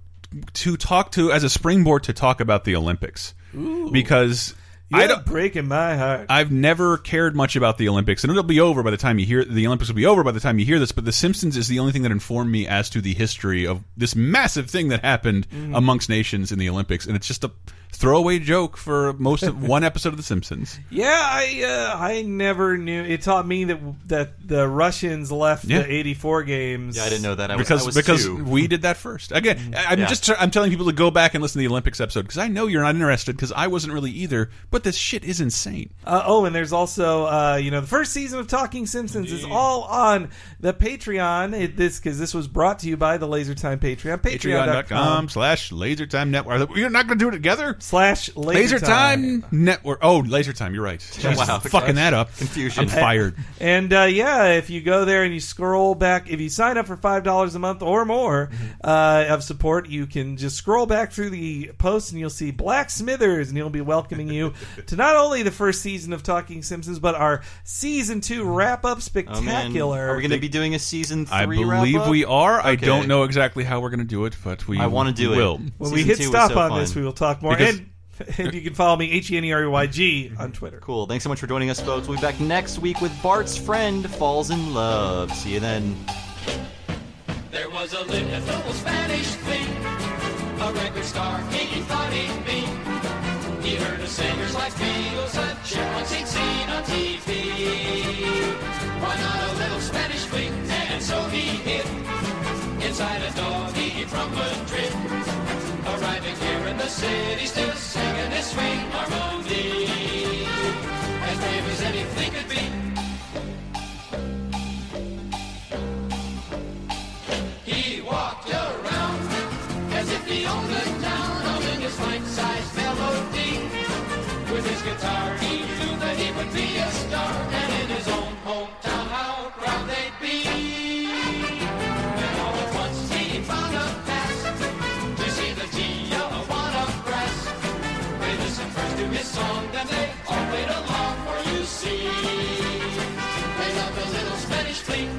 Speaker 2: to talk to as a springboard to talk about the Olympics
Speaker 4: Ooh.
Speaker 2: because
Speaker 4: You're
Speaker 2: I don't.
Speaker 4: breaking my heart.
Speaker 2: I've never cared much about the Olympics, and it'll be over by the time you hear the Olympics will be over by the time you hear this. But The Simpsons is the only thing that informed me
Speaker 4: Mm-hmm.
Speaker 2: as to the history of this massive thing that happened amongst nations in the Olympics, and it's just a throwaway joke for most of one episode of The Simpsons.
Speaker 4: Yeah, I uh, I never knew. It taught me that that the Russians left
Speaker 2: Yeah.
Speaker 4: the '84 games.
Speaker 2: because because we did that first. Again, I- I'm
Speaker 4: Mm-hmm. Yeah.
Speaker 2: just I'm telling people to go back and listen to the Olympics episode because I know you're not interested because I wasn't really either. But this shit is insane.
Speaker 4: Uh, oh, and there's also uh, you know the first season of Talking Simpsons is all on the Patreon. It, this because this was brought to you by the Laser Time Patreon.
Speaker 2: Patreon.com slash LaserTime Network. You're not going to do it together?
Speaker 4: Slash
Speaker 2: Laser Time Network. Oh, Laser Time. You're right.
Speaker 4: Yeah,
Speaker 2: Jesus,
Speaker 4: wow.
Speaker 2: fucking that up. Confusion. I'm fired.
Speaker 4: And uh, yeah, if you go there and you scroll back, if you sign up for five dollars a month or more
Speaker 1: Mm-hmm.
Speaker 4: uh, of support, you can just scroll back through the posts and you'll see Black Smithers, and he'll be welcoming you to not only the first season of Talking Simpsons, but our season two wrap up
Speaker 1: Oh, man.
Speaker 4: spectacular.
Speaker 1: Are we going to be doing a season three?
Speaker 2: I believe
Speaker 1: wrap-up?
Speaker 2: we are. I
Speaker 1: Okay.
Speaker 2: don't know exactly how we're going to do it, but we
Speaker 1: I wanna do it.
Speaker 2: will.
Speaker 4: when we hit stop on this, we will talk more. and, and you can follow me H E N E R E Y G on Twitter.
Speaker 1: Cool. Thanks so much for joining us, folks. We'll be back next week with Bart's friend falls in love. See you then.
Speaker 9: There was a little Spanish thing, a record star, he thought he'd be. He heard of singers like Beatles and chipmunks he'd seen on TV. Why not a little Spanish fling? And so he hid inside a doggy from Madrid. Arriving here in the city, still singing his swing harmony. As brave as anything could be. He walked around as if he owned the town, humming his life-size melody. With his guitar, he knew that he would be a star, and in his own hometown, how proud they'd be. When all at once he found a pass to see the Tijuana brass. They listened first to his song, then they all played along, for you see, they love the little Spanish fleet.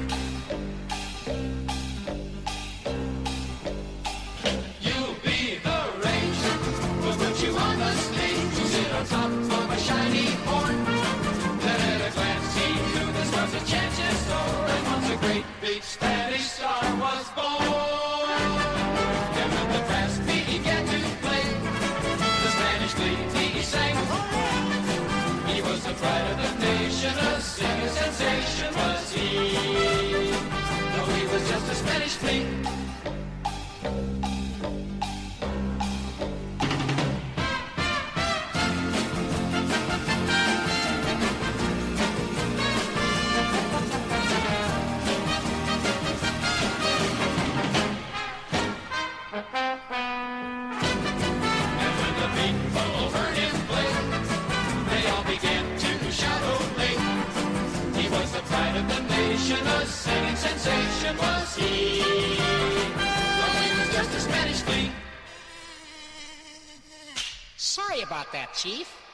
Speaker 9: You'll be the rage. We'll put you on the stage. You sit on top of a shiny horn. Then at a glance he knew this was a chance yes, sir. And once a great big Spanish star was born. And when the brass began to play, the Spanish glee he sang. He was the pride of the nation, a singing sensation was he. Though he was just a Spanish flea. the people heard him play. They all began to shout "Olé!" He was the pride of the nation, a singing sensation was he. Though he was just a Spanish flea.
Speaker 3: Sorry about that, Chief.